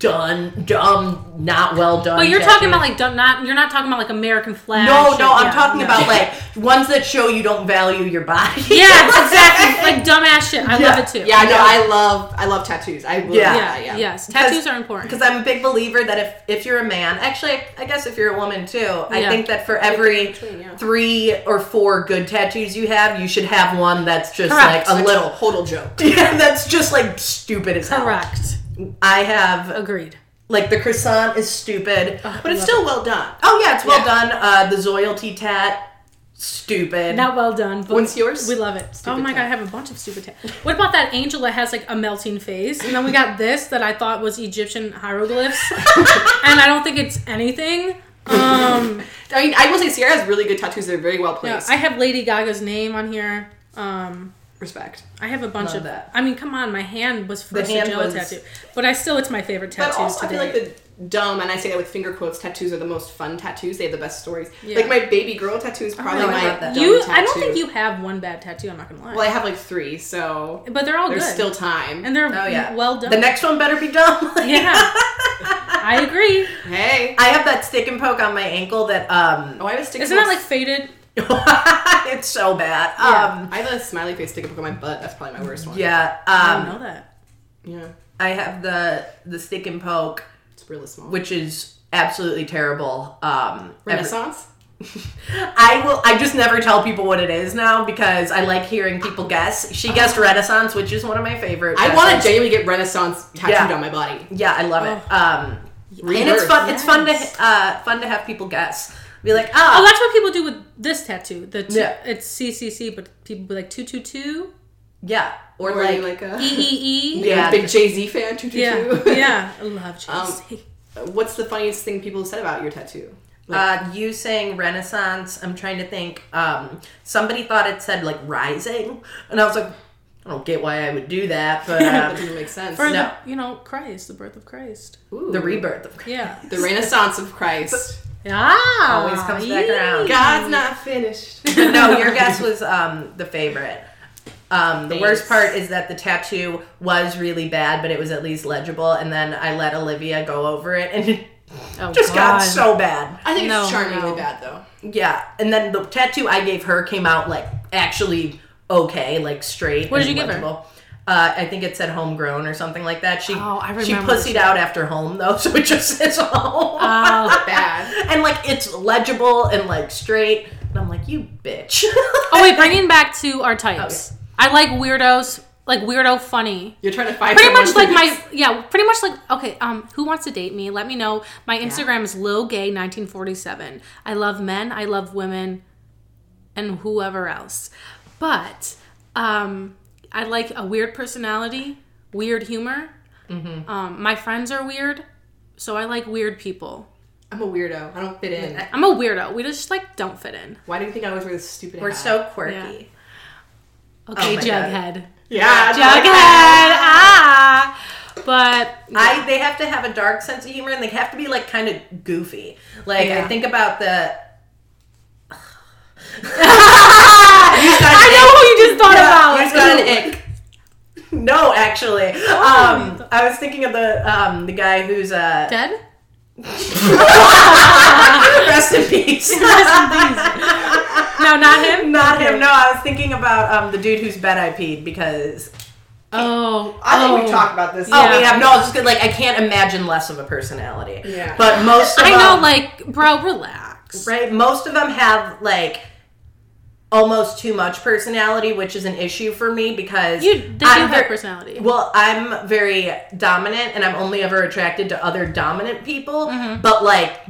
Speaker 2: done, dumb, not well done.
Speaker 3: But you're
Speaker 2: tattoos.
Speaker 3: talking about like don't not you're not talking about like American flag.
Speaker 2: No,
Speaker 3: shit.
Speaker 2: no, I'm
Speaker 3: Yeah,
Speaker 2: talking
Speaker 3: no.
Speaker 2: about like ones that show you don't value your body.
Speaker 3: Yeah, exactly. Like dumbass shit. I love it too.
Speaker 1: yeah, no,
Speaker 2: Yeah.
Speaker 1: I love I love tattoos. I will,
Speaker 2: Yeah.
Speaker 1: yeah.
Speaker 3: yeah,
Speaker 1: yeah, yeah,
Speaker 3: yes.
Speaker 2: Because-
Speaker 3: Tattoos are important.
Speaker 2: Because I'm a big believer that if, if you're a man, actually, I- I guess if you're a woman too, I
Speaker 3: Yeah.
Speaker 2: think that for every
Speaker 1: between, yeah.
Speaker 2: three or four good tattoos you have, you should have one that's just
Speaker 3: Correct.
Speaker 2: like a little.
Speaker 1: hodl joke.
Speaker 2: Yeah, that's just like stupid as hell.
Speaker 3: Correct.
Speaker 2: I have
Speaker 3: Agreed.
Speaker 2: like the croissant is stupid.
Speaker 1: But it's still well done.
Speaker 2: oh yeah, it's well
Speaker 1: Yeah.
Speaker 2: done. Uh, the zoyalty tat, stupid.
Speaker 3: Not well done. But
Speaker 1: When's yours?
Speaker 3: We love it. oh my
Speaker 1: tat.
Speaker 3: god, I have a bunch of stupid tat. What about that angel that has like a melting face? And then we got this that I thought was Egyptian hieroglyphs, and I don't think it's anything. Um,
Speaker 1: I mean, I will say Sierra has really good tattoos. They're very well
Speaker 3: yeah,
Speaker 1: placed.
Speaker 3: I have Lady Gaga's name on here. Um,
Speaker 1: Respect.
Speaker 3: I have a bunch
Speaker 2: Love
Speaker 3: of
Speaker 2: that.
Speaker 3: I mean, come on, my hand was first
Speaker 2: hand
Speaker 3: a jello
Speaker 2: was-
Speaker 3: tattoo, but I still it's my favorite tattoos
Speaker 1: But also, I
Speaker 3: today.
Speaker 1: feel like the dumb, and I say that with finger quotes, tattoos are the most fun tattoos. They have the best stories.
Speaker 3: Yeah.
Speaker 1: Like my baby girl tattoo is probably
Speaker 2: no, I
Speaker 1: my
Speaker 2: love that.
Speaker 1: dumb
Speaker 3: you,
Speaker 1: tattoo.
Speaker 3: I don't think you have one bad tattoo. I'm not gonna lie,
Speaker 1: Well, I have like three, so
Speaker 3: but they're all
Speaker 1: there's
Speaker 3: Oh, good.
Speaker 1: still time.
Speaker 3: and they're
Speaker 2: Oh yeah,
Speaker 3: well done.
Speaker 2: The next one better be dumb.
Speaker 3: yeah, I agree.
Speaker 1: hey,
Speaker 2: I have that stick and poke on my ankle that um
Speaker 1: oh, I have a stick.
Speaker 3: Isn't
Speaker 1: book-
Speaker 3: that like faded?
Speaker 2: it's so bad. Um
Speaker 1: I have a smiley face sticker book on my butt. That's probably my worst one.
Speaker 2: yeah,
Speaker 3: I don't
Speaker 2: um
Speaker 3: know that.
Speaker 1: yeah,
Speaker 2: I have the the stick and poke
Speaker 1: it's really small.
Speaker 2: which is absolutely terrible. Um every-
Speaker 1: Renaissance.
Speaker 2: I will I just never tell people what it is now because I like hearing people guess. She guessed Renaissance, which is one of my favorite.
Speaker 1: I want to
Speaker 2: guesses.
Speaker 1: genuinely get Renaissance tattooed
Speaker 2: Yeah.
Speaker 1: on my body.
Speaker 2: Yeah, I love it. Um and it's
Speaker 1: Rebirth.
Speaker 2: fun it's fun to uh fun to have people guess. Be like,
Speaker 3: Oh,
Speaker 2: "Oh,
Speaker 3: that's what people do with this tattoo. The two,
Speaker 2: Yeah.
Speaker 3: it's CCC, but people be like two two two
Speaker 2: yeah." Or,
Speaker 1: Or
Speaker 2: like,
Speaker 1: like, like a
Speaker 3: E E E.
Speaker 1: yeah,
Speaker 2: Yeah.
Speaker 1: big Jay Z fan. Two, two,
Speaker 3: Yeah,
Speaker 1: two.
Speaker 3: yeah. I love JC.
Speaker 1: What's the funniest thing people said about your tattoo? Like,
Speaker 2: Uh, you saying Renaissance, I'm trying to think. Um, somebody thought it said like rising, and I was like, I don't get why I would do that, but
Speaker 1: that
Speaker 2: uh,
Speaker 1: doesn't make sense.
Speaker 3: For
Speaker 2: no.
Speaker 3: the, you know Christ, the birth of Christ.
Speaker 1: Ooh.
Speaker 2: the rebirth of Christ.
Speaker 3: Yeah.
Speaker 1: The Renaissance of Christ.
Speaker 3: Ah,
Speaker 2: Always comes back around.
Speaker 1: God's not finished.
Speaker 2: But no, your guess was um, the favorite. Um, the worst
Speaker 1: Thanks.
Speaker 2: part is that the tattoo was really bad, but it was at least legible, and then I let Olivia go over it, and it
Speaker 3: Oh,
Speaker 2: just got
Speaker 3: God.
Speaker 2: so bad.
Speaker 1: I think
Speaker 3: No,
Speaker 1: it's charmingly
Speaker 3: no.
Speaker 1: bad though.
Speaker 2: Yeah, and then the tattoo I gave her came out like actually okay, like straight.
Speaker 3: What did
Speaker 2: and
Speaker 3: you give her?
Speaker 2: legible. Uh, I think it said homegrown or something like that. She
Speaker 3: Oh, I
Speaker 2: she
Speaker 3: remember
Speaker 2: pussied out after home though, so it just says home.
Speaker 3: Oh.
Speaker 1: Bad.
Speaker 2: and like it's legible and like straight. And I'm like, you bitch.
Speaker 3: oh wait, bringing back to our types. I like weirdos, like weirdo funny.
Speaker 1: You're trying to find
Speaker 3: Pretty much
Speaker 1: someone
Speaker 3: like
Speaker 1: to-
Speaker 3: my yeah, pretty much like okay, um, who wants to date me? Let me know. My Instagram is lilgay1947. I love men, I love women, and whoever else. But um, I like a weird personality, weird humor.
Speaker 2: Mm-hmm.
Speaker 3: Um, my friends are weird, so I like weird people.
Speaker 1: I'm a weirdo. I don't fit in.
Speaker 3: I'm a weirdo. We just like don't fit in.
Speaker 1: Why do you think I always wear this stupid
Speaker 2: We're
Speaker 1: hat?
Speaker 2: so quirky.
Speaker 3: Yeah. Okay,
Speaker 2: Oh my God.
Speaker 3: Jughead.
Speaker 1: yeah. it's
Speaker 3: Jughead.
Speaker 1: like-
Speaker 3: Ah. But
Speaker 2: I they have to have a dark sense of humor and they have to be like kind of goofy. Like I
Speaker 1: Yeah.
Speaker 2: think about the
Speaker 3: I know who you just thought about.
Speaker 2: Ah. He's got an ick. No, actually,
Speaker 3: Oh,
Speaker 2: um, I was thinking of the um, the guy who's uh,
Speaker 3: Dead?
Speaker 2: rest in peace.
Speaker 3: No, not him.
Speaker 2: Not him. No, I was thinking about um, the dude who's bed I peed because
Speaker 3: Oh,
Speaker 1: I think
Speaker 3: oh.
Speaker 1: we've talked about this.
Speaker 2: oh, we
Speaker 3: Yeah.
Speaker 2: have no. I was just gonna, like I can't imagine less of a personality.
Speaker 1: Yeah.
Speaker 2: but most of um,
Speaker 3: I know,
Speaker 2: them-
Speaker 3: like, bro, relax.
Speaker 2: right? Most of them have like almost too much personality, which is an issue for me because
Speaker 3: You, they do
Speaker 2: I'm
Speaker 3: have
Speaker 2: ver-
Speaker 3: personality.
Speaker 2: Well, I'm very dominant and I'm only ever attracted to other dominant people,
Speaker 3: Mm-hmm.
Speaker 2: but like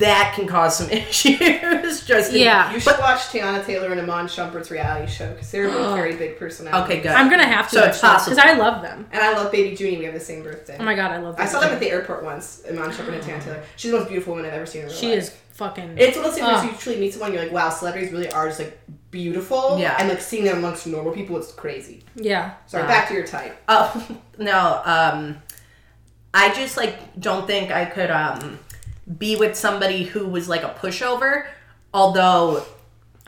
Speaker 2: that can cause some issues. Just in-
Speaker 3: Yeah.
Speaker 1: You should watch Tiana Taylor and Amon Shumpert's reality show because they're both very big personalities.
Speaker 2: Okay, good.
Speaker 3: I'm gonna have to
Speaker 2: So it's
Speaker 3: because I love them.
Speaker 1: And I love Baby Junie. We have the same birthday.
Speaker 3: Oh my god, I love
Speaker 1: I
Speaker 3: them.
Speaker 1: saw them at the airport once. Amon Shumpert and Tiana Taylor. She's the most beautiful woman I've ever seen in real
Speaker 3: She
Speaker 1: life.
Speaker 3: is Ah. fucking.
Speaker 1: It's one of those things
Speaker 3: Ugh.
Speaker 1: where you truly meet someone, you're like, wow, celebrities really are just like beautiful.
Speaker 2: Yeah.
Speaker 1: And like seeing them amongst normal people, it's crazy.
Speaker 3: yeah.
Speaker 1: Sorry,
Speaker 2: Yeah.
Speaker 1: back to your type.
Speaker 2: Oh no, um, I just like don't think I could um be with somebody who was like a pushover. Although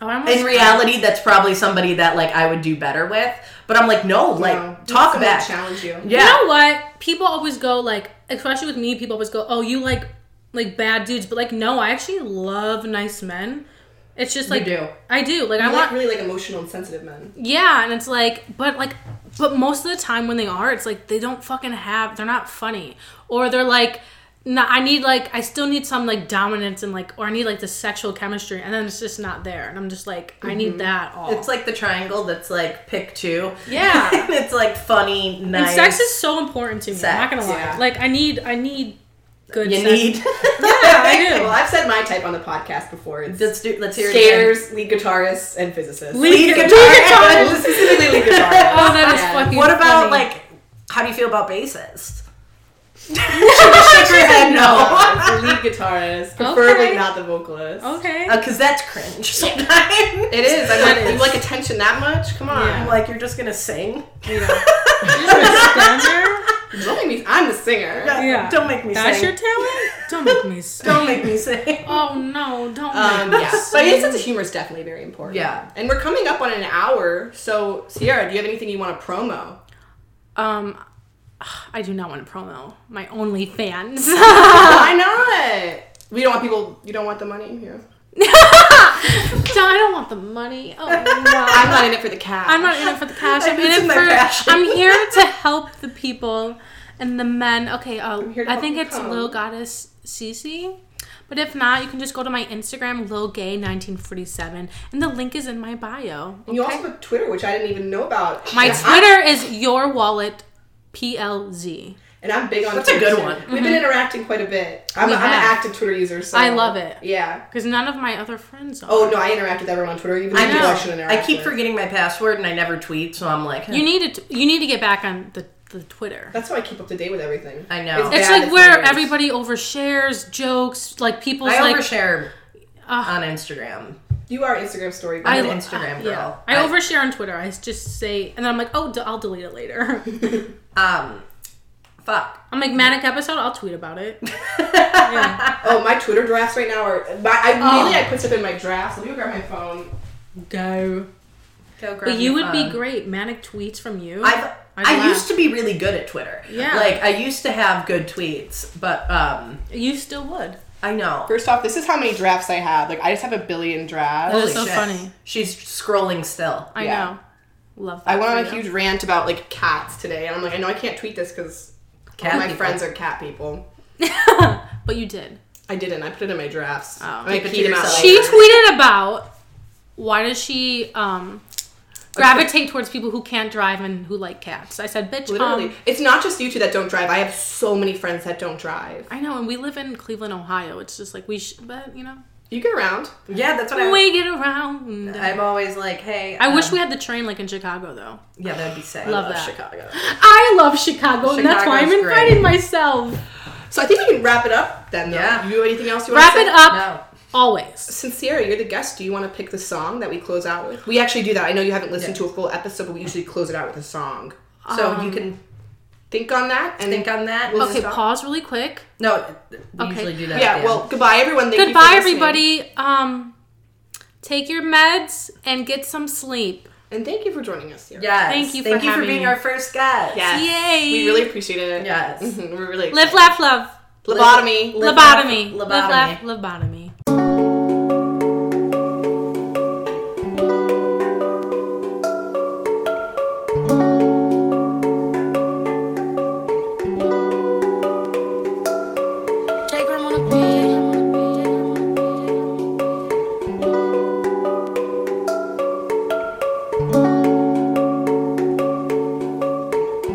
Speaker 3: Oh, I almost.
Speaker 2: in reality, that's probably somebody that like I would do better with. But I'm like, no, like
Speaker 1: You know,
Speaker 2: talk
Speaker 1: Um, someone
Speaker 2: about
Speaker 1: challenge you.
Speaker 2: yeah.
Speaker 3: You know what? People always go like, especially with me, people always go, "Oh, you like like bad dudes," but like, no, I actually love nice men. It's just like
Speaker 2: do.
Speaker 3: I do. Like,
Speaker 1: I
Speaker 3: I
Speaker 1: like
Speaker 3: want
Speaker 1: really like emotional and sensitive men.
Speaker 3: Yeah, and it's like, but like, but most of the time when they are, it's like they don't fucking have, they're not funny, or they're like, no, I need like, I still need some like dominance and like, or I need like the sexual chemistry, and then it's just not there, and I'm just like, I need that all.
Speaker 2: Mm-hmm. It's like the triangle that's like pick two.
Speaker 3: Yeah.
Speaker 2: and it's like funny, nice.
Speaker 3: and sex is so important to me. I'm
Speaker 2: Sex,
Speaker 3: not gonna lie.
Speaker 1: yeah.
Speaker 3: Like, I need, I need good.
Speaker 2: you
Speaker 3: sex.
Speaker 2: need.
Speaker 3: Yeah,
Speaker 1: Okay, well,
Speaker 3: I
Speaker 1: I've said my type on the podcast before. It's
Speaker 2: let's do. Let's hear it.
Speaker 1: scares, lead guitarists, and physicists.
Speaker 3: do. Lead
Speaker 2: guitar.
Speaker 1: And specifically lead guitarists.
Speaker 3: Oh, that is
Speaker 1: Yeah.
Speaker 3: fucking.
Speaker 2: Again. What about
Speaker 3: funny.
Speaker 2: like? How do you feel about bassist? she shook her head no,
Speaker 1: Uh, the lead guitarist, preferably
Speaker 3: Okay.
Speaker 1: not the vocalist.
Speaker 3: Okay.
Speaker 2: because that's cringe. Sometimes
Speaker 1: It is. I'm
Speaker 3: It
Speaker 1: like,
Speaker 3: is.
Speaker 1: you like attention that much? Come on.
Speaker 3: Yeah.
Speaker 2: like you're just gonna sing.
Speaker 3: You're just gonna stand there?
Speaker 1: Don't make me. I'm the singer.
Speaker 3: Yeah.
Speaker 2: Don't make me
Speaker 3: That's your
Speaker 2: sing.
Speaker 3: talent. Don't make me. Sick.
Speaker 2: Don't make me sing.
Speaker 3: Oh no! Don't.
Speaker 1: Um,
Speaker 3: make me
Speaker 1: yeah,
Speaker 3: sick.
Speaker 1: but his sense of humor is definitely very important.
Speaker 2: Yeah.
Speaker 1: and we're coming up on an hour. So, Sierra, do you have anything you want to promo?
Speaker 3: Um, I do not want to promo my OnlyFans.
Speaker 1: Why not? We don't want people. You don't want the money. Yeah.
Speaker 3: no, I don't want the money. Oh no,
Speaker 1: I'm not in it for the cash.
Speaker 3: I'm not in it for the cash. I'm
Speaker 2: Like,
Speaker 3: in
Speaker 2: it's
Speaker 3: it
Speaker 2: in my
Speaker 3: for.
Speaker 2: passion.
Speaker 3: I'm here to help the people and the men. Okay, uh,
Speaker 1: here to
Speaker 3: I
Speaker 1: help
Speaker 3: think
Speaker 1: you
Speaker 3: it's
Speaker 1: come.
Speaker 3: Lil Goddess Cece. But if not, you can just go to my Instagram, lilgay1947, and the link is in my bio.
Speaker 1: You also have Twitter, which I didn't even know about.
Speaker 3: My
Speaker 1: And I-
Speaker 3: Twitter is your wallet, PLZ.
Speaker 1: and I'm big on.
Speaker 2: That's a
Speaker 1: Twitter,
Speaker 2: good
Speaker 1: too.
Speaker 2: one.
Speaker 1: We've been interacting quite a bit. I'm,
Speaker 3: We
Speaker 1: a, I'm an
Speaker 3: have.
Speaker 1: active Twitter user, so
Speaker 3: I love it.
Speaker 1: Yeah.
Speaker 3: Because none of my other friends are.
Speaker 1: Oh no, I interact with everyone on Twitter. Even
Speaker 2: I
Speaker 1: people I
Speaker 2: know.
Speaker 1: shouldn't
Speaker 2: I
Speaker 1: interact
Speaker 2: keep
Speaker 1: with.
Speaker 2: forgetting my password and I never tweet, so I'm like,
Speaker 3: You need to you need to get back on the, the Twitter.
Speaker 1: That's how I keep up to date with everything.
Speaker 2: I know.
Speaker 1: It's
Speaker 3: It's
Speaker 1: bad
Speaker 3: like
Speaker 1: if
Speaker 3: where
Speaker 1: there is.
Speaker 3: everybody overshares jokes, like people's
Speaker 2: I
Speaker 3: like Ah.
Speaker 2: overshare
Speaker 3: Ugh.
Speaker 2: on Instagram.
Speaker 1: You are Instagram story.
Speaker 2: I'm
Speaker 1: girl.
Speaker 2: an Instagram girl.
Speaker 3: yeah. I, overshare on Twitter. I just say, and then I'm like, oh, d- I'll delete it later.
Speaker 2: um, fuck.
Speaker 3: I'm like, manic episode. I'll tweet about it.
Speaker 1: oh, my Twitter drafts right now are. My, I
Speaker 2: Oh.
Speaker 1: immediately I put stuff in my drafts. Let me go grab my phone.
Speaker 3: Go.
Speaker 2: Go grab
Speaker 3: But you
Speaker 2: your
Speaker 3: would be
Speaker 2: phone.
Speaker 3: great. Manic tweets from you.
Speaker 2: I've,
Speaker 3: I'd
Speaker 2: I
Speaker 3: laugh.
Speaker 2: used to be really good at Twitter.
Speaker 3: Yeah.
Speaker 2: Like I used to have good tweets, but um,
Speaker 3: you still would.
Speaker 2: I know.
Speaker 1: First off, this is how many drafts I have. Like I just have a billion drafts.
Speaker 3: That's so funny.
Speaker 2: She's scrolling still.
Speaker 3: I
Speaker 1: Yeah.
Speaker 3: know. Love that.
Speaker 1: I went on a
Speaker 3: for you.
Speaker 1: huge rant about like cats today, and I'm like, I know I can't tweet this because
Speaker 2: Cat
Speaker 1: my
Speaker 2: people.
Speaker 1: friends are cat people.
Speaker 3: But you did.
Speaker 1: I didn't. I put it in my drafts. Oh.
Speaker 2: Keep it to
Speaker 1: them out.
Speaker 2: yourself.
Speaker 3: She
Speaker 1: later.
Speaker 3: tweeted about why does she um gravitate towards people who can't drive and who like cats. I said, bitch,
Speaker 1: Literally,
Speaker 3: um,
Speaker 1: it's not just you two that don't drive. I have so many friends that don't drive.
Speaker 3: I know, and we live in Cleveland, Ohio. It's just like we, sh- but you know,
Speaker 1: You get around.
Speaker 2: Yeah, that's what I.
Speaker 3: we get around.
Speaker 2: I'm always like, hey.
Speaker 3: I
Speaker 2: um,
Speaker 3: wish we had the train like in Chicago though.
Speaker 2: Yeah, that'd be Oh, sick.
Speaker 3: Love that.
Speaker 1: Chicago.
Speaker 3: I love Chicago, and that's why I'm
Speaker 2: Chicago's great.
Speaker 3: inviting myself.
Speaker 1: So I think we can wrap it up then. Though.
Speaker 2: Yeah.
Speaker 1: You have anything else you want
Speaker 3: Wrap
Speaker 1: to
Speaker 3: it
Speaker 1: say?
Speaker 3: up
Speaker 2: No.
Speaker 3: always.
Speaker 1: Sincere, you're the guest. Do you want to pick the song that we close out with? We actually do that. I know you haven't listened to a full episode, but we usually close it out with a song.
Speaker 2: So you can
Speaker 1: Think on that and
Speaker 2: think on that.
Speaker 1: We'll-
Speaker 3: Um, Okay,
Speaker 1: stop?
Speaker 3: pause really quick.
Speaker 2: no, we
Speaker 3: Okay.
Speaker 2: usually do that.
Speaker 1: yeah.
Speaker 2: at the
Speaker 1: Well, goodbye everyone. Thank you for
Speaker 3: Goodbye,
Speaker 1: listening.
Speaker 3: everybody. Um, take your meds and get some sleep.
Speaker 1: and thank you for joining us. Sierra.
Speaker 2: end. Yes.
Speaker 3: Thank you
Speaker 2: Thank
Speaker 3: for
Speaker 2: you for
Speaker 3: having
Speaker 2: being
Speaker 3: me.
Speaker 2: our first guest.
Speaker 3: Yay!
Speaker 1: We really appreciated it.
Speaker 2: Yes.
Speaker 1: Mhm, We're really
Speaker 3: live,
Speaker 1: excited.
Speaker 3: laugh, love.
Speaker 1: Lobotomy.
Speaker 2: Live, laugh,
Speaker 3: Lobotomy. Live, laugh, lobotomy.
Speaker 6: Take her on a bed.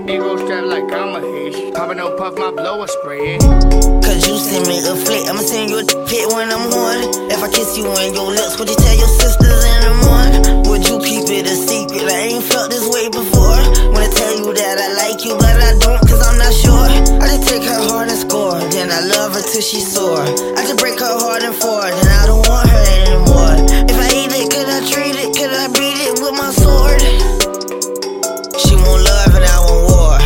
Speaker 7: Ego strapped like I'm a hitch. Popping no puff, my blower spray.
Speaker 8: Cause you send me a flick, I'ma send you a pit when I'm horny. If I kiss you on your lips, would you tell your sisters in the morning? Would you keep it a secret? I ain't felt this way before. Wanna tell you that I like you, but I don't, cause I'm not sure. I just take her heart and score, then I love her till she's sore. I just break her heart in four, then I don't want her anymore. If I eat it, could I treat it? Could I beat it with my sword? She want love and I want war.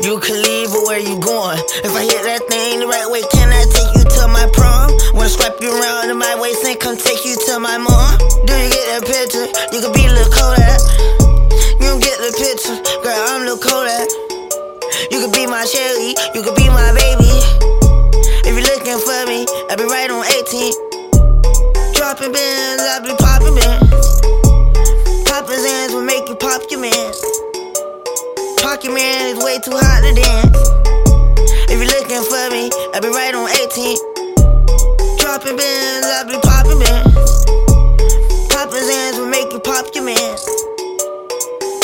Speaker 8: You can leave, but where you going? If I hit that thing the right way, can I take you to my prom? Wanna strap you around in my waist and come take you to my mom? Do you get that picture? You could be Lil Kodak. You don't get the picture, girl, I'm Lil Kodak. You could be my Shelly, you could be my baby. If you're looking for me, I'll be right on 18. Dropping bins, I'll be popping bins. Popping hands will make you pop your mans. Pocket man is way too hot to dance. If you're looking for me, I'll be right on 18. Dropping bins, I'll be popping bins. Popping hands will make you pop your mans.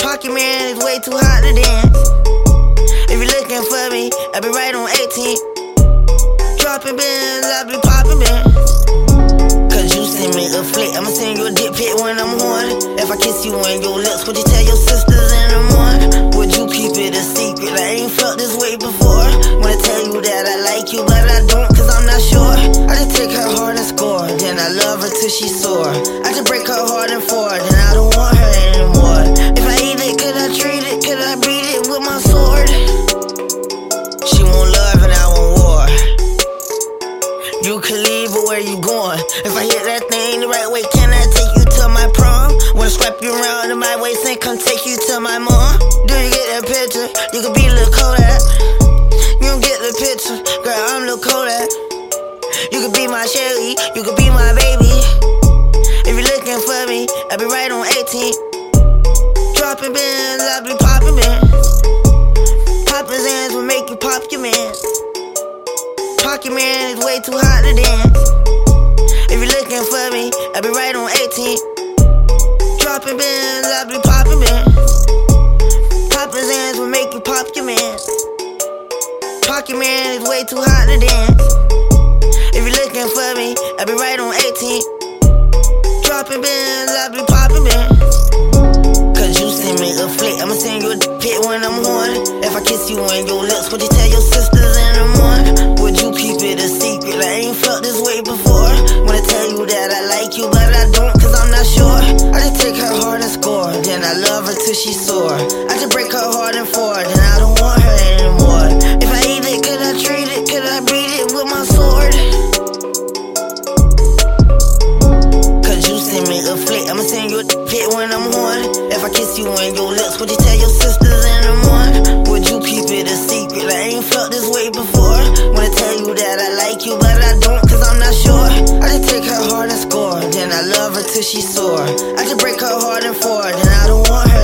Speaker 8: Pocket man is way too hot to dance. If you're looking for me, I'll be right on 18. Dropping bins, I'll be popping bins. Cause you send me a flick, I'ma send you a dick pic when I'm horny. If I kiss you on your lips, would you tell your sisters in the morning? Would you keep it a secret? I ain't felt this way before. Wanna tell you that I like you, but I don't, cause I'm not sure. I just take her heart and score, then I love her till she's sore. I just break her heart in four, then I don't want her anymore. If I eat it, could I treat it? Could I beat it with my sword? She want love and I want war. You can leave, but where you going? If I hit that thing the right way, can I take you to my prom? Wanna strap you around in my waist and come take you to my mom? Do you get that picture? You could be Lil Kodak. You don't get the picture, girl, I'm Lil Kodak. You could be my Shelly, you could be my baby. If you're looking for me, I'll be right on 18. Dropping bins, I'll be popping bins. Popping hands will make you pop your mans. Pocket man is way too hot to dance. If you're looking for me, I'll be right on 18. Dropping bins, I'll be popping bins. Popping hands will make you pop your mans. Pocket man is way too hot to dance. If you're looking for me, I'll be right on 18. Dropping bins, I'll be popping bins. Cause you send me a flick, I'ma send you a pit when I'm horny. If I kiss you on your lips, would you tell your sisters in the morning? Would you keep it a secret? I ain't felt this way before. Wanna tell you that I like you, but I don't, cause I'm not sure. I just take her heart and score, then I love her till she's sore. I just break her heart in four, then I don't want her anymore. If I eat it, could I treat it? Could I beat it with my sword? Cause you send me a flick, I'ma send you a pit when I'm horny. If I kiss you on your lips, would you tell your sisters in the morning? Would you keep it a secret? I ain't felt this way before. Wanna tell you that I like you, but I don't, cause I'm not sure. I just take her heart and score, then I love her till she sore. I could break her heart in four, then I don't want her.